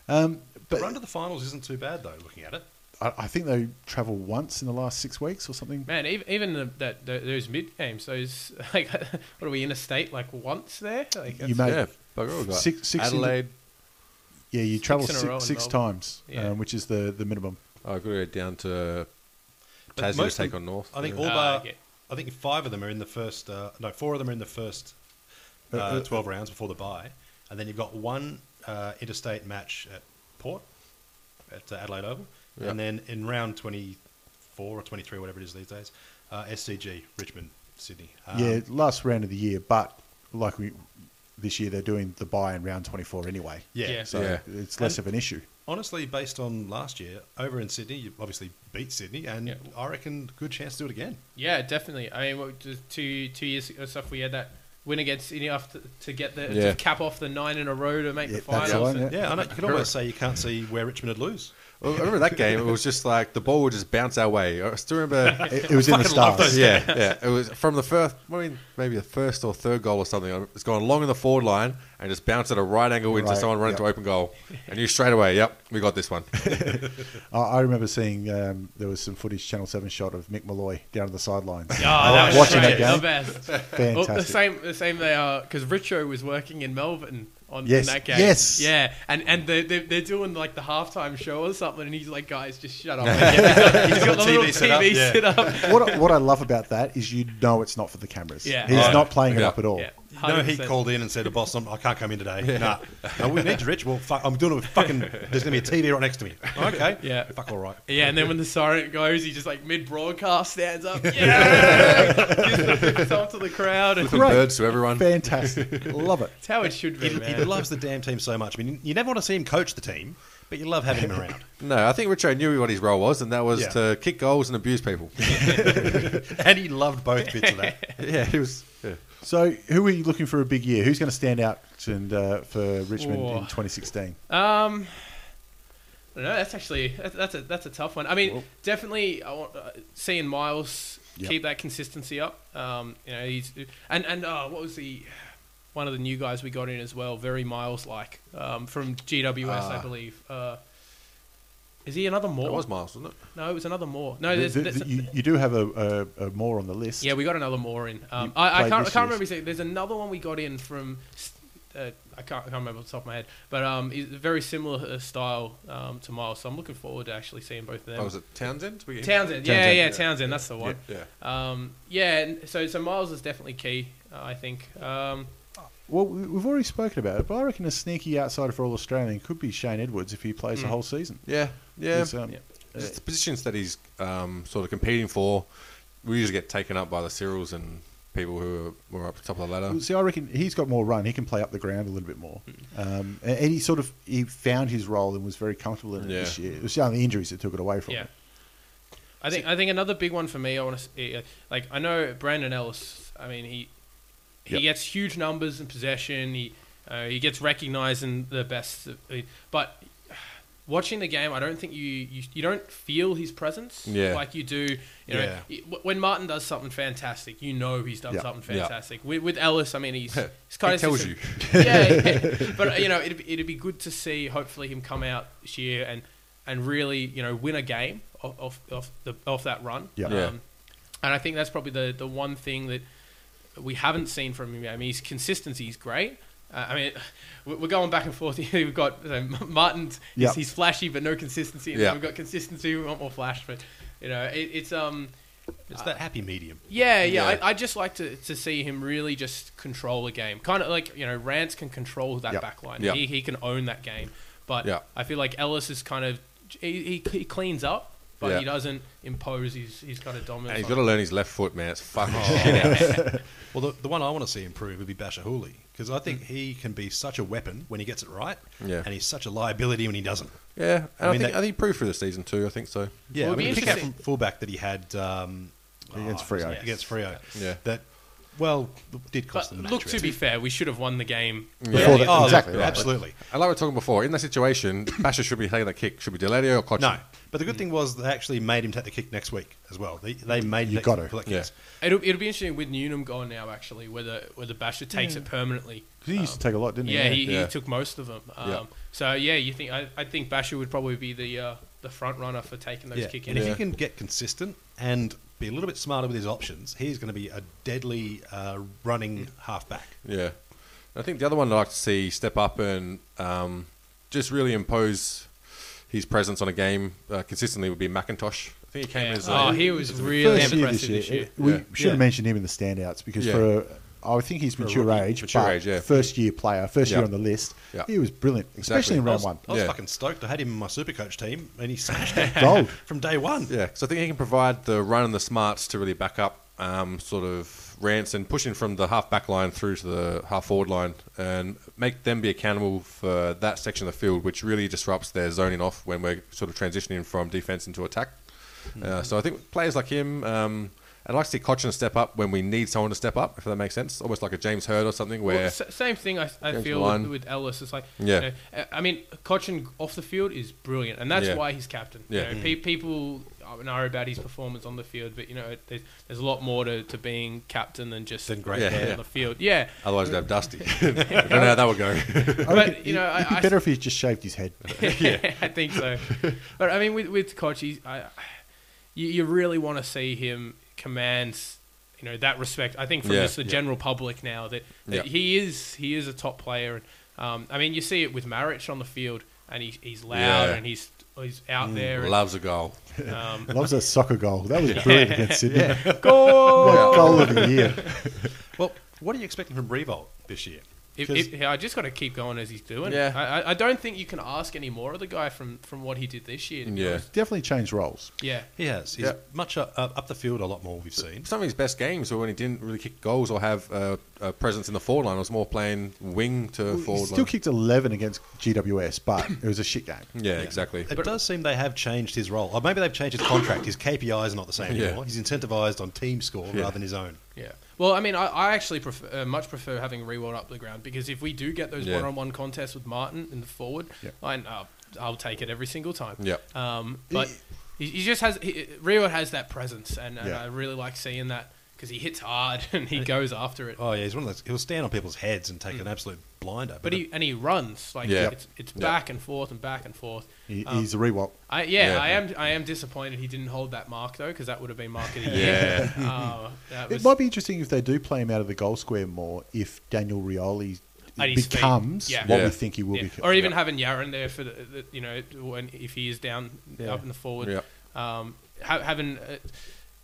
A: Um,
D: The
A: but
D: run to the finals isn't too bad though. Looking at it,
A: I, I think they travel once in the last six weeks or something.
C: Man, even even the, that the, those mid games, those like, what are we interstate like once there? Like
A: You
C: that's-
A: may-
B: Yeah. Bugger all got.
A: Six- six in the-
B: Adelaide.
A: Yeah, you travel
C: in a
A: six,
C: row in
A: six,
C: Melbourne.
A: times,
C: Yeah.
A: um, which is the, the minimum.
B: Oh, good. Down to
D: But
B: Tassie
D: most
B: to
D: of
B: take
D: them-
B: on North.
D: I think
B: Yeah.
D: all
C: Ah,
D: bar,
C: okay.
D: I think five of them are in the first. Uh, no, four of them are in the first uh,
A: Uh, uh,
D: twelve rounds before the bye, and then you've got one uh, interstate match at Port at uh, Adelaide Oval,
B: Yeah.
D: and then in round twenty-four or twenty-three, whatever it is these days, uh, SCG Richmond Sydney. Um,
A: yeah, last round of the year, but like we this year, they're doing the buy in round 24 anyway.
D: yeah.
C: Yeah.
A: So
B: Yeah.
A: it's less of an issue.
D: Honestly, based on last year over in Sydney, you obviously beat Sydney, and
C: Yeah.
D: I reckon good chance to do it again.
C: Yeah, definitely. I mean, what, just two two years ago, stuff we had that win against Sydney after to get the
B: Yeah.
C: to cap off the nine in a row to make
A: Yeah,
C: the
A: that's the
C: finals.
A: one,
C: and-
D: Yeah, I know you could almost say you can't see where Richmond would lose.
B: Well, I remember that game. It was just like the ball would just bounce our way. I still remember.
A: It, it was in the
D: fucking love
A: stars.
B: yeah, yeah. It was from the first, I mean, maybe the first or third goal or something. It's gone long in the forward line and just bounced at a right angle into
A: Right,
B: someone running to
A: yep.
B: open goal. And you straight away, yep, we got this one.
A: I, I remember seeing um, there was some footage Channel 7 shot of Mick Malloy down on the sidelines.
C: Oh, that was
A: Watching that
C: great.
A: game.
C: The best. Well,
A: Fantastic.
C: the same, the same. They are because Richo was working in Melbourne on
A: Yes,
C: in that game.
A: yes.
C: yeah, and and they're, they're, they're doing like the halftime show or something, and he's like, guys, just shut up. Yeah. he's got the little TV set up.
D: yeah.
A: what, I- what I love about that is you know it's not for the cameras.
C: Yeah.
A: He's
C: Yeah.
A: not playing it
B: Yeah.
A: up at all.
C: Yeah,
D: You know, he
C: 100%.
D: called in and said to boss, I'm, I can't come in today. Nah, no, we need you, Rich. Well, fuck, I'm doing it with fucking. There's going to be a TV right next to me. Okay.
C: Yeah.
D: Fuck, all right.
C: Yeah, and then when the siren goes, he just like mid broadcast stands up. Yeah, gives the fist bump to the crowd. And
B: Flipping
A: Right.
B: birds to everyone.
A: Fantastic. love it.
C: That's how it should be,
D: He
C: man.
D: loves the damn team so much. I mean, you never want to see him coach the team, but you love having him around.
B: No, I think Richo knew what his role was, and that was
D: Yeah.
B: to kick goals and abuse people.
D: and he loved both bits of that.
B: yeah, he was. Yeah.
A: So, who are you looking for a big year? Who's going to stand out and, uh, for Richmond
C: Oh.
A: in 2016?
C: Um, I don't know. That's actually that's, that's a that's a tough one. I mean, definitely I want, uh, seeing Miles
A: Yep.
C: keep that consistency up. Um, you know, he's and and uh, what was the one of the new guys we got in as well? Very Miles like um, from GWS, I
B: Ah.
C: believe. Uh, is he another Moore?
B: That was Miles, wasn't it?
C: no, it was another Moore. No,
A: The-
C: there's,
A: the-
C: there's,
A: the- you, you do have a, a, a more on the list.
C: Yeah, we got another more in. Um,
A: You
C: I, I
A: played
C: can't, I
A: this
C: can't
A: year's.
C: remember. His name. There's another one we got in from. Uh, I can't, I can't remember off the top of my head, but um, he's a very similar uh, style um, to Miles. So I'm looking forward to actually seeing both of them.
B: Oh, was it Townsend? We-
C: Townsend, yeah,
A: Townsend,
C: yeah, Townsend. That's the one.
B: Yeah.
C: Yeah. Um, yeah. And so, so Miles is definitely key. Uh, I think. Um,
A: Well, we- we've already spoken about it, but I reckon a sneaky outsider for all Australian could be Shane Edwards if he plays the whole season.
B: Yeah, yeah.
A: He's, um,
C: Mm. Yeah.
B: It's the positions that he's um, sort of competing for, we usually get taken up by the Cyrils and people who are, were up the top of the ladder.
A: See, I reckon he's got more run. He can play up the ground a little bit more,
C: Mm.
A: um, and, and he sort of he found his role and was very comfortable in it
B: Yeah.
A: this year. It was the only injuries that took it away from
C: yeah.
A: him.
C: I think I think another big one for me. I want to eh, like I know Brandon Ellis. I mean he he
A: Yep.
C: gets huge numbers in possession. He uh, he gets recognised in the best. of- But watching the game, I don't think you you, you don't feel his presence
B: Yeah.
C: like you do. You know,
D: Yeah.
C: y- w- when Martin does something fantastic, you know he's done
A: Yeah.
C: something
B: Yeah.
C: fantastic. With, with Ellis, I mean he's he's kind
B: He
C: of
B: tells you.
C: yeah, yeah. but you know, it'd, be- it'd be good to see hopefully him come out this year and, and really you know win a game off off, off, the, off that run. Um,
A: Yeah.
B: Yeah.
C: and I think that's probably the the one thing that we haven't seen from him. yet. I mean, his consistency is great. Uh, I mean, we- we're going back and forth. here. We've got so Martin's
A: Yeah.
C: he's, he's flashy but no consistency, and
B: Yeah.
C: then we've got consistency. We want more flash, but you know, it, it's um.
D: It's that happy medium.
C: Yeah, yeah.
B: Yeah.
C: I, I just like to, to see him really just control a game. Kind of like, you know, Rance can control that
A: Yep.
C: back line.
B: Yep.
C: He, he can own that game. But
B: Yeah.
C: I feel like Ellis is kind of he, he, he cleans up, but
B: Yeah.
C: he doesn't impose his, his kind of dominance.
B: And he's
C: on
B: got to learn his left foot, man. It's fucking shit out.
D: Well, the, the one I want to see improve would be Bashahuli because I think he can be such a weapon when he gets it right,
B: Yeah.
D: and he's such a liability when he doesn't.
B: Yeah, and I,
D: I mean,
B: think
D: that-
B: I think he proved for the season too. I think so.
D: Yeah,
C: Well,
D: I
C: it'd
D: mean,
C: be
D: the kick out from
C: interesting-
D: fullback that he had um,
A: Against
D: oh,
A: Freo.
D: Against Frio.
B: Yeah.
D: That, well, did cost them the
C: But
D: match.
C: look, to
D: really.
C: be fair, we should have won the game.
A: Before that-
D: Oh, look,
A: exactly right.
D: Absolutely.
B: And like we were talking before, in that situation, Basher should be taking that kick. Should be Deladio or Koch.
D: No, but the good thing was they actually made him take the kick next week as well. They, they made
A: You
D: you
A: gotta.
D: collect
B: Yeah.
D: kicks.
C: It'll, it'll be interesting with Newnham gone now, actually, whether whether Basher takes it permanently. Um,
A: 'Cause he used to take a lot, didn't he?
C: Yeah, he,
B: Yeah.
C: he took most of them. Um,
B: Yeah.
C: So yeah, you think I, I think Basher would probably be the uh, the front runner for taking those
D: Yeah.
C: kick
D: And
C: ins.
D: if he
B: Yeah.
D: can get consistent and be a little bit smarter with his options, he's going to be a deadly uh, running halfback.
B: Yeah, I think the other one I'd like to see step up and um, just really impose his presence on a game uh, consistently would be McIntosh. I think he came as
C: Oh,
B: a,
C: he was really
A: First year
C: impressive
A: this year.
C: this year.
A: We
B: Yeah.
A: should
D: Yeah.
A: have mentioned him in the standouts because
B: Yeah.
A: for a, I think he's mature
B: rookie.
A: age,
B: Mature
A: but
B: age, yeah.
A: first year player, first
B: Yeah.
A: year on the list.
B: Yeah.
A: He was brilliant, especially
B: Exactly.
A: in
D: I
A: round
D: was,
A: one.
D: I was
B: Yeah.
D: fucking stoked. I had him in my supercoach team, and he smashed it
A: Gold.
D: from day one.
B: Yeah, because I think he can provide the run and the smarts to really back up um, sort of Ranson, pushing from the half back line through to the half forward line and make them be accountable for that section of the field, which really disrupts their zoning off when we're sort of transitioning from defense into attack. Uh, so I think players like him, um, I'd like to see Cochin step up when we need someone to step up, if that makes sense. Almost like a James Hurd or something, where.
C: Well, s- same thing I, I
B: James
C: feel
B: Lyon.
C: with, with Ellis. It's like,
B: Yeah.
C: you know, I- I mean, Cochin off the field is brilliant, and that's
B: Yeah.
C: why he's captain.
B: Yeah.
C: You know, pe- people uh, know about his performance on the field, but you know, there's, there's a lot more to, to being captain than just
D: Than great
C: being
B: player.
C: on the field. Yeah,
B: Otherwise, they'd have Dusty. I don't know how that would go.
A: I
C: But,
A: reckon
C: you know,
A: it'd
C: I-
A: be
C: I-
A: better if he just shaved his head.
C: I think so. But I mean, with with Kochi, I, you, you really want to see him commands, you know, that respect. I think from
B: Yeah,
C: just the
B: yeah.
C: general public now that, that
B: Yeah.
C: he is he is a top player. And um, I mean, you see it with Marich on the field, and he, he's loud
B: Yeah. Mm,
C: and he's he's out there. and,
B: Loves a goal.
C: um,
A: Loves a soccer goal. That was brilliant against Sydney.
C: goal.
A: What goal of the year.
D: Well, what are you expecting from Revolt this year?
C: If,
D: 'Cause-
C: if, yeah, I just got to keep going as he's doing.
B: Yeah.
C: I, I- I don't think you can ask any more of the guy from, from what he did this year. to be
B: Yeah.
C: honest.
A: Definitely changed roles.
C: Yeah.
D: He has. He's
B: Yeah.
D: much up, up up the field a lot more. We've seen.
B: some of his best games were when he didn't really kick goals or have uh, a presence in the forward line. It was more playing wing to
A: He
B: forward
A: still
B: line.
A: kicked 11 against GWS, but it was a shit game.
B: yeah, exactly.
D: It does seem they have changed his role. Or maybe they've changed his contract. His KPIs are not the same
B: Yeah.
D: anymore. He's incentivized on team score
B: Yeah.
D: rather than his own.
C: Yeah. Well, I mean, I, I actually prefer, uh, much prefer having Rewald up the ground because if we do get those
B: Yeah.
C: one-on-one contests with Martin in the forward,
A: Yeah.
C: I, uh, I'll take it every single time.
B: Yep.
C: Um, but he, he just has he, Rewald has that presence, and, and
A: Yeah.
C: I really like seeing that because he hits hard and he goes after it.
D: Oh yeah, he's one of those. He'll stand on people's heads and take an absolute blinder.
C: But he and he runs like
B: Yeah.
C: it's, it's back and forth and back and forth.
A: He, he's a rewalk.
C: I, yeah,
B: Yeah.
C: I am. I am disappointed he didn't hold that mark though, because that would have been mark of the year.
B: Yeah.
C: Uh, that
A: It
C: was-
A: might be interesting if they do play him out of the goal square more if Daniel Rioli
C: At his feet.
A: becomes
C: Yeah.
A: what
B: Yeah.
A: we think he will
C: Yeah.
A: be.
C: or even having Yaron there for the, the you know when if he is down up in the forward,
B: Yeah.
C: um, ha- having uh,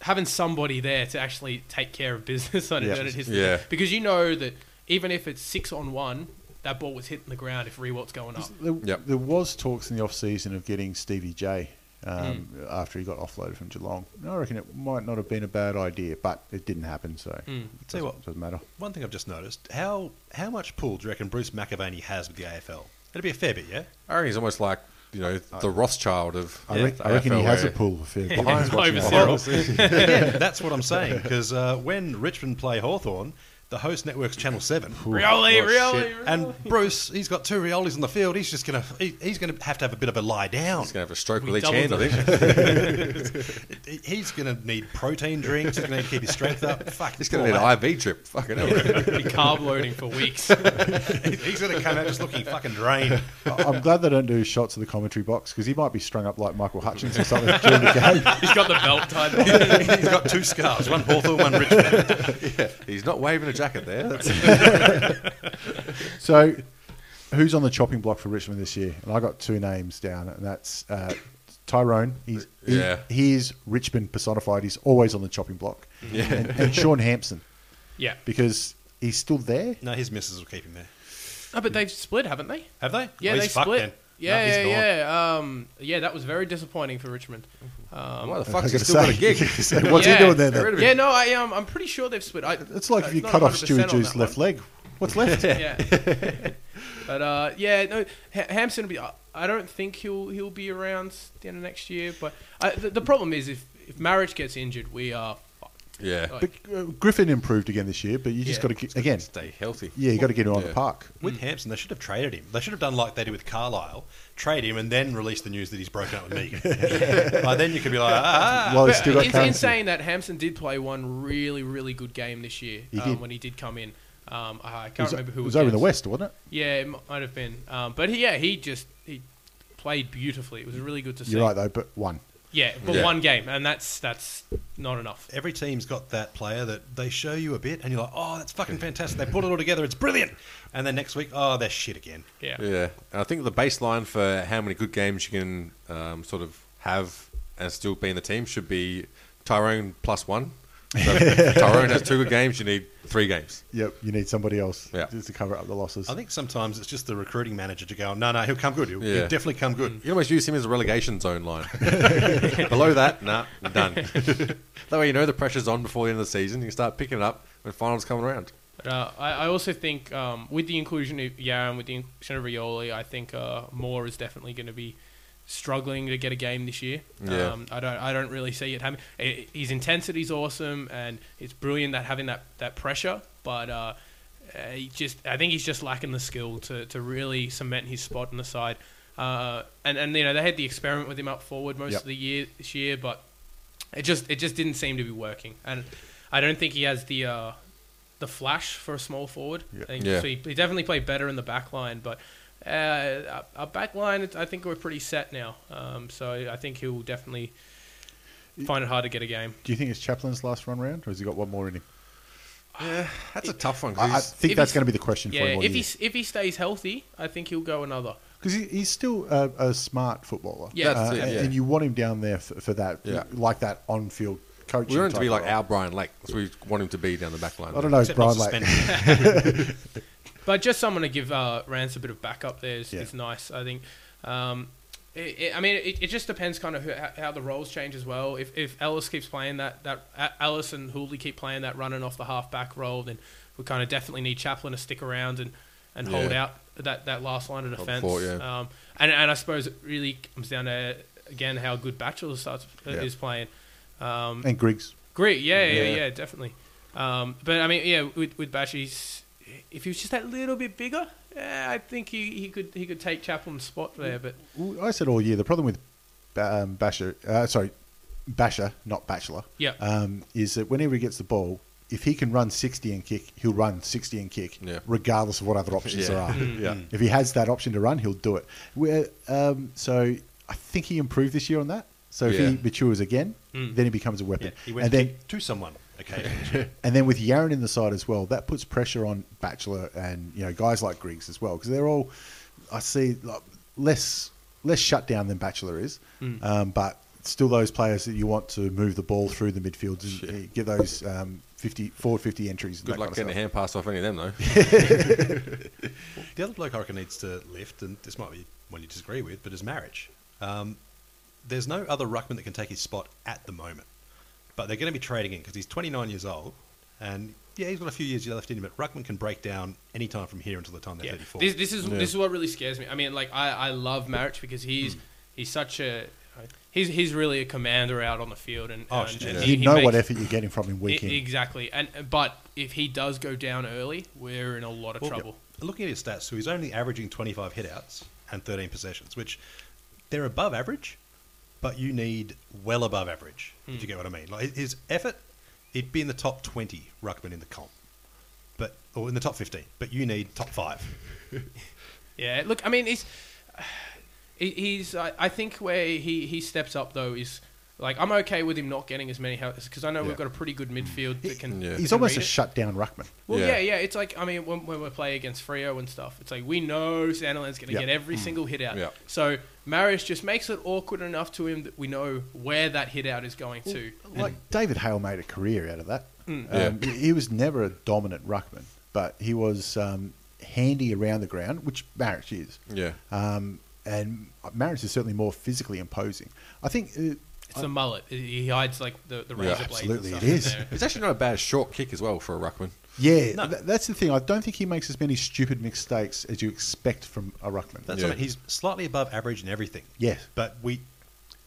C: having somebody there to actually take care of business on
A: Yeah.
C: it his
B: Yeah.
C: because you know that even if it's six on one, that ball was hitting the ground if Rewalt's going up.
A: There,
B: Yep.
A: there was talks in the off season of getting Stevie J um, after he got offloaded from Geelong. And I reckon it might not have been a bad idea, but it didn't happen, so it
D: Tell
A: doesn't,
D: you what.
A: doesn't matter.
D: One thing I've just noticed: how how much pull do you reckon Bruce McAvaney has with the AFL? It'd be a fair bit, yeah.
B: I reckon he's almost like you know the Rothschild of.
A: I, rec-
B: the
A: I reckon he
B: AFL,
A: has a
B: where-
A: pool of fair behind
C: Over
A: watching
C: Cyril.
D: Again, that's what I'm saying. Because uh, when Richmond play Hawthorn, the host network's Channel Seven,
C: Rioli,
B: Oh,
C: Rioli,
B: shit.
C: Rioli.
D: and Bruce, he's got two Riolis on the field. He's just gonna he, he's gonna have to have a bit of a lie down.
B: He's gonna have a stroke
C: We
B: with each hand. I
C: doubled
B: think
D: He's gonna need protein drinks. He's gonna need to keep his strength up. Fuck,
B: he's gonna
D: poor
B: need
D: man.
B: an IV drip. Fucking hell.
C: be carb loading for weeks.
D: He's going to come out just looking fucking drained.
A: I- I'm glad they don't do shots of the commentary box because he might be strung up like Michael Hutchins or something during the game.
C: He's got the belt tied. on.
D: He's got two scars, one Hawthorne, one Richmond.
B: he's not waving a jacket there. That's,
A: So, who's on the chopping block for Richmond this year? And I got two names down, and that's uh, Tyrone. He's he-
B: Yeah.
A: he is Richmond personified. He's always on the chopping block.
B: Yeah.
A: And, and Sean Hampson
C: yeah,
A: because he's still there.
D: No, his missus will keep him there.
C: no, but they've split, haven't they?
D: Have they?
C: Yeah,
D: Well,
C: they
D: he's fucked
C: split.
D: then.
B: No, he's
C: Yeah,
B: gone.
C: yeah, yeah. Um, yeah, that was very disappointing for Richmond. Um,
B: Why the
A: I
B: fuck's
A: was
B: he
A: gonna
B: still
A: say-
B: got a gig?
A: say, what's he doing there?
B: Get rid
A: Then?
B: of
C: yeah,
B: him.
C: no, I um, I'm pretty sure they've split. I,
A: It's like if
C: I'm
A: you
C: not
A: cut off
C: 100%
A: Stewie
C: on
A: Jew's
C: that
A: left
C: one.
A: leg. What's left?
C: Yeah. but uh, yeah, no, ha- Hampson will be. I- I don't think he'll he'll be around the end of next year. But I, the, the problem is if if marriage gets injured, we are. fucked.
B: Yeah.
C: Like,
A: But uh, Griffin improved again this year, but you just
C: Yeah.
A: got to get again.
B: Stay healthy.
A: Yeah, you got to get him on the
B: Yeah.
A: park.
D: With Hampson, they should have traded him. They should have done like they did with Carlisle, trade him, and then release the news that he's broken up with Megan. like, then you could be like, ah,
A: While he's
C: Uh, But
A: still got
C: it's
A: currency.
C: insane that Hampson did play one really, really good game this year
A: He
C: um,
A: did.
C: when he did come in. Um, I can't
A: It was,
C: remember who
A: it was over in the
C: against.
A: West, wasn't it?
C: Yeah, it m- might have been. Um, but he, yeah, he just he played beautifully. It was really good to see.
A: You're right though, but one.
C: Yeah, but
B: Yeah.
C: one game, and that's that's not enough.
D: every team's got that player that they show you a bit, and you're like, oh, that's fucking fantastic. They put it all together. It's brilliant. And then next week, oh, they're shit again.
C: Yeah.
B: Yeah, and I think the baseline for how many good games you can um, sort of have and still be in the team should be Tyrone plus one. So if Tyrone has two good games. You need three games.
A: Yep, you need somebody else
B: Yeah.
A: just to cover up the losses.
D: I think sometimes it's just the recruiting manager to go, no, no, he'll come good. He'll, he'll
B: Yeah.
D: definitely come good.
C: Mm.
B: You almost use him as a relegation zone line. Below that, nah, done. that way, you know the pressure's on before the end of the season. You can start picking it up when finals coming around.
C: But, uh, I, I also think um, with the inclusion of Yaron, with the inclusion of Rioli, I think uh, Moore is definitely going to be struggling to get a game this year.
B: Yeah.
C: Um, I don't I don't really see it happening. I- His intensity's awesome, and it's brilliant that having that that pressure, but. Uh, uh, he just, I think he's just lacking the skill to, to really cement his spot on the side, uh, and and you know they had the experiment with him up forward most
A: Yep.
C: of the year this year, but it just it just didn't seem to be working, and I don't think he has the uh, the flash for a small forward. I think
B: Yeah.
C: so he, he definitely played better in the back line, but uh, our- our back line, it's- I think we're pretty set now. Um, so I think he'll definitely find it hard to get a game.
A: Do you think it's Chaplin's last run round, or has he got one more in him?
B: That's a tough one. 'cause
A: I, I
B: he's-
A: think
C: If
A: that's
C: he's-
A: going to be the question for
C: Yeah,
A: him. all
C: if he
A: year.
C: if he stays healthy, I think he'll go another.
A: because he, he's still a, a smart footballer.
C: Yeah.
B: That's
A: Uh,
B: it,
A: and,
B: yeah.
A: and you want him down there for, for that,
B: Yeah.
A: like that on-field coaching.
B: we want him to be
A: type
B: like
A: role.
B: our Brian Lake. That's what we want him to be down the back line.
A: I don't know,
D: Except not
A: Brian. Like,
D: suspended.
C: But just someone to give uh, Rance a bit of backup there is,
A: Yeah.
C: is nice. I think. Um, it, it, I mean, it, it just depends kind of who, how- how the roles change as well. If, if Ellis keeps playing that that A- Ellis and Hooley keep playing that running off the half back role, then we kind of definitely need Chaplin to stick around and, and hold
B: Yeah.
C: out that, that last line of defense.
B: forward, yeah.
C: um, and and I suppose it really comes down to again how good Batchelor starts uh,
A: Yeah.
C: is playing. Um,
A: and Griggs.
C: Great, yeah, yeah,
B: Yeah.
C: yeah, definitely. Um, but I mean, yeah, with with Bash, he's if he was just that little bit bigger, eh, I think he, he could he could take Chaplin's spot there. But
A: Well, I said all year the problem with Ba- um, Basher, uh, sorry, Basher, not Bachelor,
C: Yeah.
A: um, is that whenever he gets the ball, if he can run sixty and kick, he'll run sixty and kick,
B: Yeah.
A: regardless of what other options there
B: Yeah.
A: are.
B: Yeah.
D: Mm.
A: If he has that option to run, he'll do it. Where, um, so I think he improved this year on that. So if
B: Yeah.
A: he matures again, then he becomes a
D: Mm. Yeah,
A: weapon.
D: he went
A: and
D: to,
A: then
D: kick to someone occasionally.
A: and then with Yaron in the side as well, that puts pressure on Bachelor and you know guys like Griggs as well because they're all I see like, less less shut down than Bachelor is,
C: Hmm.
A: um, but still those players that you want to move the ball through the midfield and uh, get those um, 50 forward 50 entries. And
B: Good
A: that
B: luck
A: kind of
B: getting a
A: stuff.
B: hand pass off any of them though.
D: The other bloke I reckon needs to lift, and this might be one you disagree with, but is marriage. Um, there's no other ruckman that can take his spot at the moment, but they're going to be trading in because he's 29 years old, and yeah, he's got a few years left in him. But ruckman can break down any time from here until the time they're
C: yeah,
D: 34.
C: this this is this is what really scares me. I mean, like I, I love Marich because he's he's such a he's he's really a commander out on the field, and,
D: Oh,
C: and,
D: shit.
C: and
D: Yeah.
C: he-
A: You
C: he
A: know what
C: makes-
A: effort you're getting from him week
C: e-
A: in.
C: exactly. And but if he does go down early, we're in a lot of
D: Well,
C: trouble.
D: Looking at his stats, so he's only averaging 25 hitouts and 13 possessions, which they're above average, but you need well above average,
B: Hmm.
D: if you get what I mean. Like his effort, he'd be in the top 20 ruckman in the comp, but or in the top 15, but you need top five.
C: Yeah, look, I mean, he's he- he's. I, I think where he he steps up though is like I'm okay with him not getting as many helps because I know
A: Yeah. Mm.
C: we've got a pretty good midfield that can.
B: Yeah.
C: that
A: He's
C: can
A: almost
C: read
A: a
C: it.
A: shutdown ruckman.
C: Well,
B: Yeah.
C: yeah. yeah, It's like I mean, when, when we play against Frio and stuff, it's like we know Sandiland's going to
A: Yeah. Mm.
C: get every single hit out.
B: Yeah.
C: So Marius just makes it awkward enough to him that we know where that hit out is going to.
A: Like David Hale made a career out of that.
B: Hmm.
C: Hmm.
B: Yeah.
A: Um, he- He was never a dominant ruckman, but he was um, handy around the ground, which Marich is.
B: Yeah,
A: Um, and Maris is certainly more physically imposing. I think uh,
C: It's a mullet. He hides like the, the razor blades. and
A: absolutely, it
C: stuff in
A: is.
C: there.
B: It's actually not a bad short kick as well for a ruckman.
A: yeah, th- that's the thing. I don't think he makes as many stupid mistakes as you expect from a ruckman.
D: That's
B: Yeah.
D: what I mean. He's slightly above average in everything.
A: Yes.
D: But we,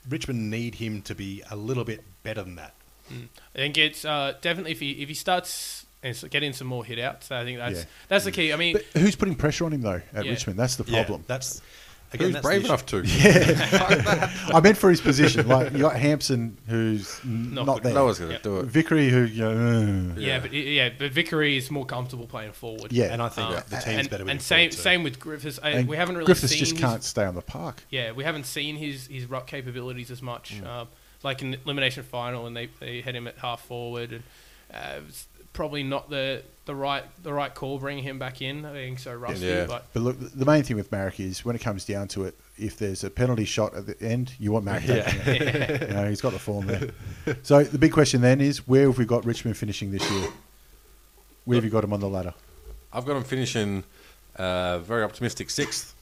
D: Richmond need him to be a little bit better than that.
C: I think it's uh, definitely if he if he starts and so- getting some more hit outs, I think that's
A: Yeah.
C: that's the key. I mean,
A: but who's putting pressure on him though at
C: Yeah.
A: Richmond? That's the problem.
D: Yeah, that's again
B: Who's
D: that's the
B: brave
D: issue.
B: enough to?
A: I meant for his position. Like you got Hampson, who's n-
C: Not
A: not,
C: good.
A: there.
B: No one's going to
C: Yeah.
B: do it.
A: Vickery, who you know, uh,
C: yeah, but yeah, but Vickery is more comfortable playing forward.
A: yeah,
D: And I think
C: Um,
D: the team's
C: and,
D: better. With
C: and
D: him
C: same
D: forward, too.
C: same with Griffiths. I,
A: And
C: we haven't really
A: Griffiths
C: seen
A: just
C: his-
A: can't stay on the park.
C: yeah, we haven't seen his his ruck capabilities as much.
A: Mm.
C: Um, like in the elimination final, and they, they had him at half forward, and uh, it's probably not the the right the right call bringing him back in. being so rusty,
B: Yeah.
C: but
A: But look, the main thing with Marek is when it comes down to it, if there's a penalty shot at the end, you want Marek. taking it. You know, he's got the form there. So the big question then is, where have we got Richmond finishing this year? Where have you got him on the ladder?
B: I've got him finishing uh, very optimistic sixth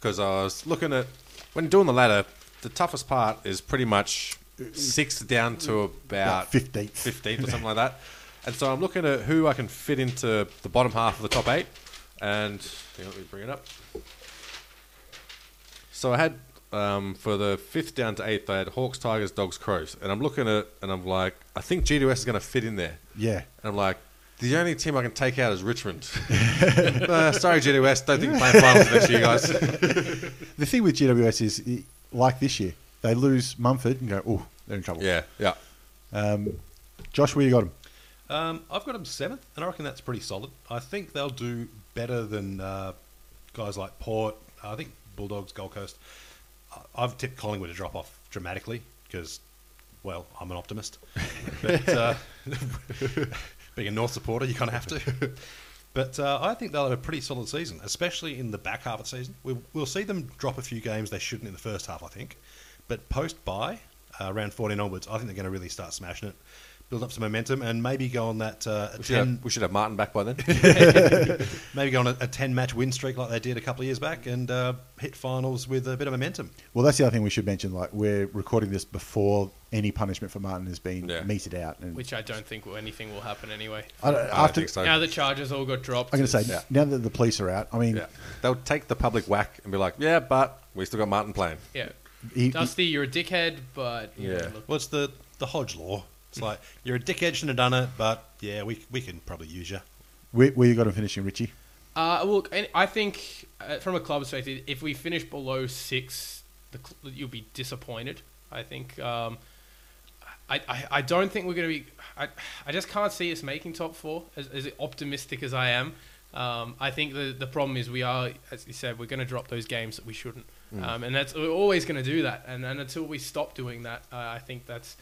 B: because I was looking at when doing the ladder. The toughest part is pretty much sixth down to about
A: About 15th.
B: fifteenth or something like that. And so I'm looking at who I can fit into the bottom half of the top eight. And hang on, let me bring it up. So I had um, for the fifth down to eighth, I had Hawks, Tigers, Dogs, Crows, and I'm looking at and I'm like, I think GWS is going to fit in there.
A: Yeah.
B: And I'm like, the only team I can take out is Richmond. uh, sorry, GWS, Don't think you're playing finals next year, guys.
A: The thing with GWS is, i- like this year, they lose Mumford and go, oh, they're in trouble.
B: Yeah, yeah.
A: Um, Josh, where you got him?
D: Um, I've got them seventh, and I reckon that's pretty solid. I think they'll do better than uh, guys like Port. I think Bulldogs, Gold Coast. I- I've tipped Collingwood to drop off dramatically because, well, I'm an optimist. But uh, being a North supporter, you kind of have to. But uh, I think they'll have a pretty solid season, especially in the back half of the season. We, we'll see them drop a few games they shouldn't in the first half, I think. But post bye, uh, round 14 onwards, I think they're going to really start smashing it, build up some momentum, and maybe go on that uh, a
B: We should, have,
D: 10,
B: we should have Martin back by then.
D: maybe go on a, a 10 match win streak like they did a couple of years back and uh, hit finals with a bit of momentum.
A: Well, that's the other thing we should mention. Like, we're recording this before any punishment for Martin has been
B: Yeah.
A: meted out. And
C: which I don't think will, anything will happen anyway.
A: I don't,
B: I don't
A: after,
B: think so.
C: Now the charges all got dropped.
A: I'm going to say,
C: it's-
A: now that the police are out, I mean,
B: Yeah. They'll take the public whack and be like, yeah, but we still got Martin playing.
C: yeah.
A: he,
C: Dusty, you're a dickhead, but you know,
B: Yeah.
C: look,
D: Well, it's the, the Hodge law. It's like, you're a dickhead, shouldn't have done it, but yeah, we, we can probably use you.
A: where, where you got him finishing, Richie?
C: Uh, look, and I think uh, from a club perspective, if we finish below six, the cl- you'll be disappointed. I think. Um, I, I, I don't think we're going to be. I, I just can't see us making top four, as, as optimistic as I am. Um, I think the, the problem is we are, as you said, we're going to drop those games that we shouldn't.
A: Mm.
C: Um, and that's we're always going to do that. And, and until we stop doing that, uh, I think that's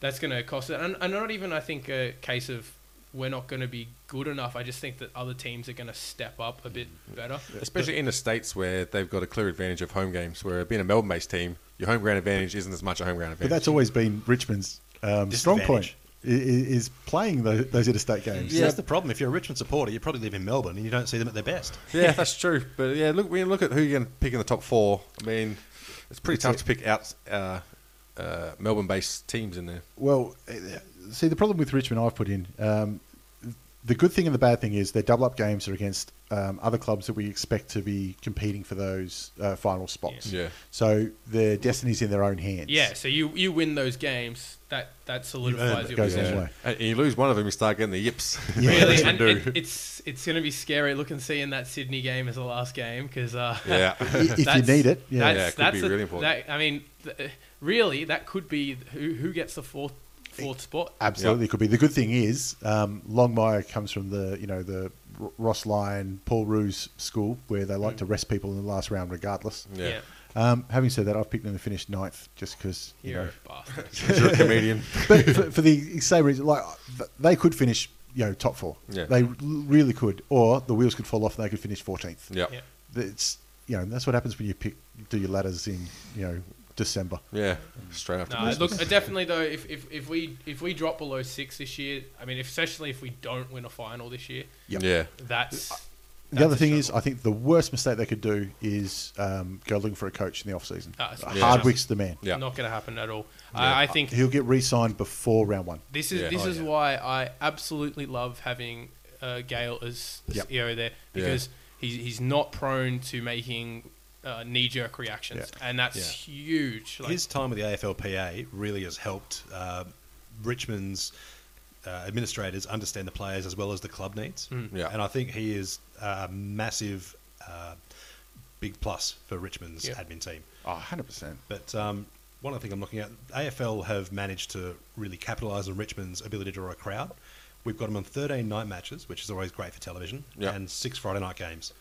C: that's going to cost it. And, and not even, I think, a case of we're not going to be good enough. I just think that other teams are going to step up a bit
A: Mm.
C: better.
B: Especially in the states where they've got a clear advantage of home games, where being a Melbourne-based team, your home ground advantage isn't as much a home ground
A: But
B: advantage.
A: that's always been Richmond's um, strong point,
D: Disadvantage.
A: i- i- is playing tho- those interstate games.
D: See, That's the problem. If you're a Richmond supporter, you probably live in Melbourne and you don't see them at their best.
B: yeah, that's true. But yeah, look, when you look at who you're going to pick in the top four, I mean, it's pretty tough to pick out uh, uh, Melbourne-based teams in there.
A: Well, uh, see, the problem with Richmond I've put in, um, the good thing and the bad thing is their double up games are against um, other clubs that we expect to be competing for those uh, final spots.
B: Yeah. Yeah.
A: So their destiny's in their own hands.
C: Yeah, so you, you win those games, that, that solidifies
A: it.
C: your
A: Goes
C: position.
A: Yeah. long way.
B: And you lose one of them, you start getting the yips.
C: Really,
B: Richmond
C: and
B: do.
C: it, it's it's going to be scary looking seeing that Sydney game as the last game because uh,
B: Yeah.
A: If you
C: that's-
A: need it, yeah.
C: that's,
B: Yeah, it could
C: that's
B: be
C: a-
B: really important.
C: That, I mean, th- really, that could be who who gets the fourth fourth spot.
A: Absolutely, it could be. The good thing is, um, Longmire comes from the you know the R- Ross Lyon, Paul Ruse school where they like to rest people in the last round, regardless.
B: Mm. Yeah.
A: Um, having said that, I've picked them to finish ninth just because you
C: you're
A: know.
C: a bastard.
B: You're a comedian.
A: But for, for the same reason, like th- they could finish you know top four.
B: Yeah.
A: They r- really could, or the wheels could fall off and they could finish fourteenth.
B: Yeah.
C: Yeah.
A: It's you know that's what happens when you pick do your ladders in you know December.
B: Yeah. Straight after
C: No,
B: Christmas.
C: look, uh, definitely though, if, if if we if we drop below six this year, I mean, especially if we don't win a final this year,
A: Yep.
B: Yeah.
C: that's
A: the
C: That's
A: other
C: a
A: thing is, I think the worst mistake they could do is um, go looking for a coach in the off season.
C: Ah, it's-
B: Yeah.
A: Hardwick's the man.
B: Yeah.
C: Not going to happen at all. I, I think
A: He'll get re-signed before round one.
C: This is
B: Yeah.
C: this
B: Oh,
C: is
B: yeah.
C: why I absolutely love having uh, Gale as the
A: Yep.
C: CEO there because he's he's not prone to making uh, knee jerk reactions, and that's huge. Like,
D: His time with the AFLPA really has helped uh, Richmond's uh, administrators understand the players as well as the club needs.
C: Mm.
B: Yeah.
D: And I think he is a massive, uh, big plus for Richmond's
C: Yeah.
D: admin team.
A: Oh, 100%.
D: But um, one other thing I'm looking at, AFL have managed to really capitalise on Richmond's ability to draw a crowd. We've got them on 13 night matches, which is always great for television,
B: Yeah.
D: and six Friday night games.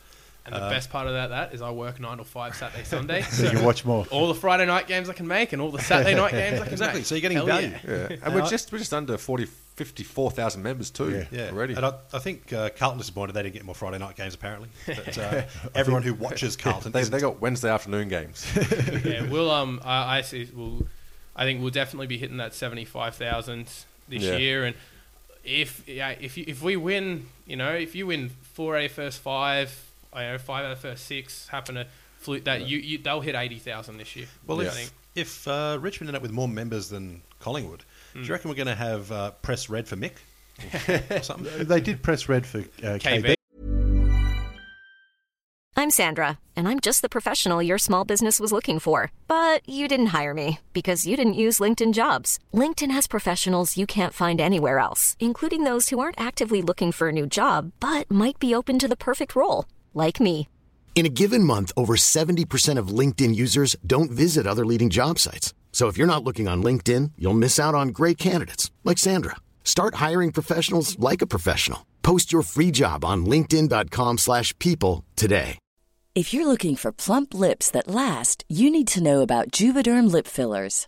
C: and
D: uh,
C: the best part of that that is I work nine to five Saturday Sunday,
A: So you can watch more.
C: all the Friday night games I can make, and all the Saturday night games I can
D: Exactly.
C: make.
D: So you're getting
C: Hell
D: value.
C: yeah.
B: Yeah, and we're just we're just under 40, 54,000 members too
A: Yeah.
D: Yeah,
B: already.
D: And I, I think uh, Carlton disappointed they didn't get more Friday night games apparently. But uh, everyone who watches Carlton,
B: They,
D: isn't-
B: they got Wednesday afternoon games.
C: yeah, we'll um, I, I see. We'll, I think we'll definitely be hitting that seventy-five thousand this
B: Yeah.
C: year, and if yeah, if you, if we win, you know, if you win four out of the first five, I know five out of the first six, happen to flute that, you, you they'll hit eighty thousand this year.
D: well,
C: I
B: Yeah.
C: think.
D: if, if uh, Richmond end up with more members than Collingwood, do
B: Hmm.
D: you reckon we're going to have uh, press red for Mick or something?
A: They did press red for uh, KB.
C: KB.
F: I'm Sandra, and I'm just the professional your small business was looking for. But you didn't hire me because you didn't use LinkedIn jobs. LinkedIn has professionals you can't find anywhere else, including those who aren't actively looking for a new job but might be open to the perfect role, like me.
G: In a given month, over 70% of LinkedIn users don't visit other leading job sites. So if you're not looking on LinkedIn, you'll miss out on great candidates like Sandra. Start hiring professionals like a professional. Post your free job on linkedin.com/people slash people today.
H: If you're looking for plump lips that last, you need to know about Juvederm lip fillers.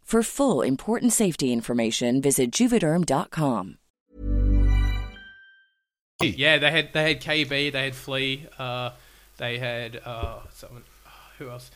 H: For full important safety information, visit juvederm.com.
C: yeah, they had they had KB, they had Flea, uh, they had uh, someone, who else?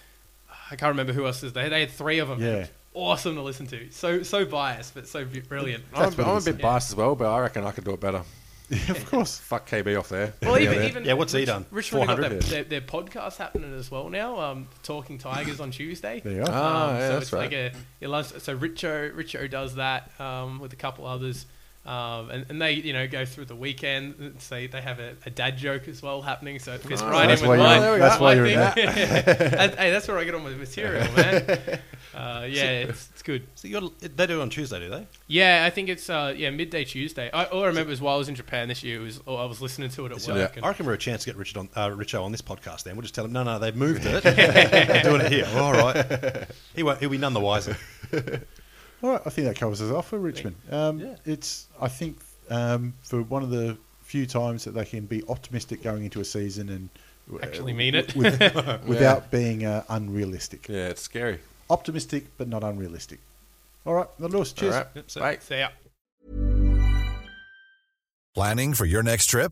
C: I can't remember who else is there. They had three of them.
A: Yeah.
C: Awesome to listen to. So so biased, but so bu- brilliant.
B: I'm, I'm a bit biased as well, but I reckon I could do it better.
A: of course.
B: Fuck KB off there.
C: Well, even,
B: yeah,
C: even
D: Yeah, what's he done?
C: Richmond have got
B: 400?
C: their, their, their podcast happening as well now. Um, Talking Tigers on Tuesday. Um,
A: There you are.
B: Ah, yeah,
C: so
B: that's
C: it's
B: right.
C: Like a, it loves, so Richo Richo does that um, with a couple others, um, and, and they you know go through the weekend. and Say they have a, a dad joke as well happening, so it fits right
A: Ah, that's
C: in
A: why
C: with
A: you're-
C: mine.
A: there we that's
C: my
A: why you're in
C: thing. That- hey, that's where I get on with material, man. Uh, yeah, it's, it's good.
D: So you got, they do it on Tuesday, do they?
C: Yeah, I think it's uh, yeah midday Tuesday. I, all I remember is while I was in Japan this year, it was oh, I was listening to it at work. and-
D: I reckon we're a chance to get Richard on, uh, Richo on this podcast. Then we'll just tell him, no, no, they've moved it. They're doing it here. All right. He won't. He'll be none the wiser.
A: All right, I think that covers us off for Richmond. Um, It's, I think, um, for one of the few times that they can be optimistic going into a season and uh,
C: Actually mean it.
A: with- without being uh, unrealistic.
B: yeah, it's scary.
A: Optimistic, but not unrealistic. All right, well, Lewis, cheers.
B: All right,
D: so-
B: bye.
C: so yeah.
I: Planning for your next trip?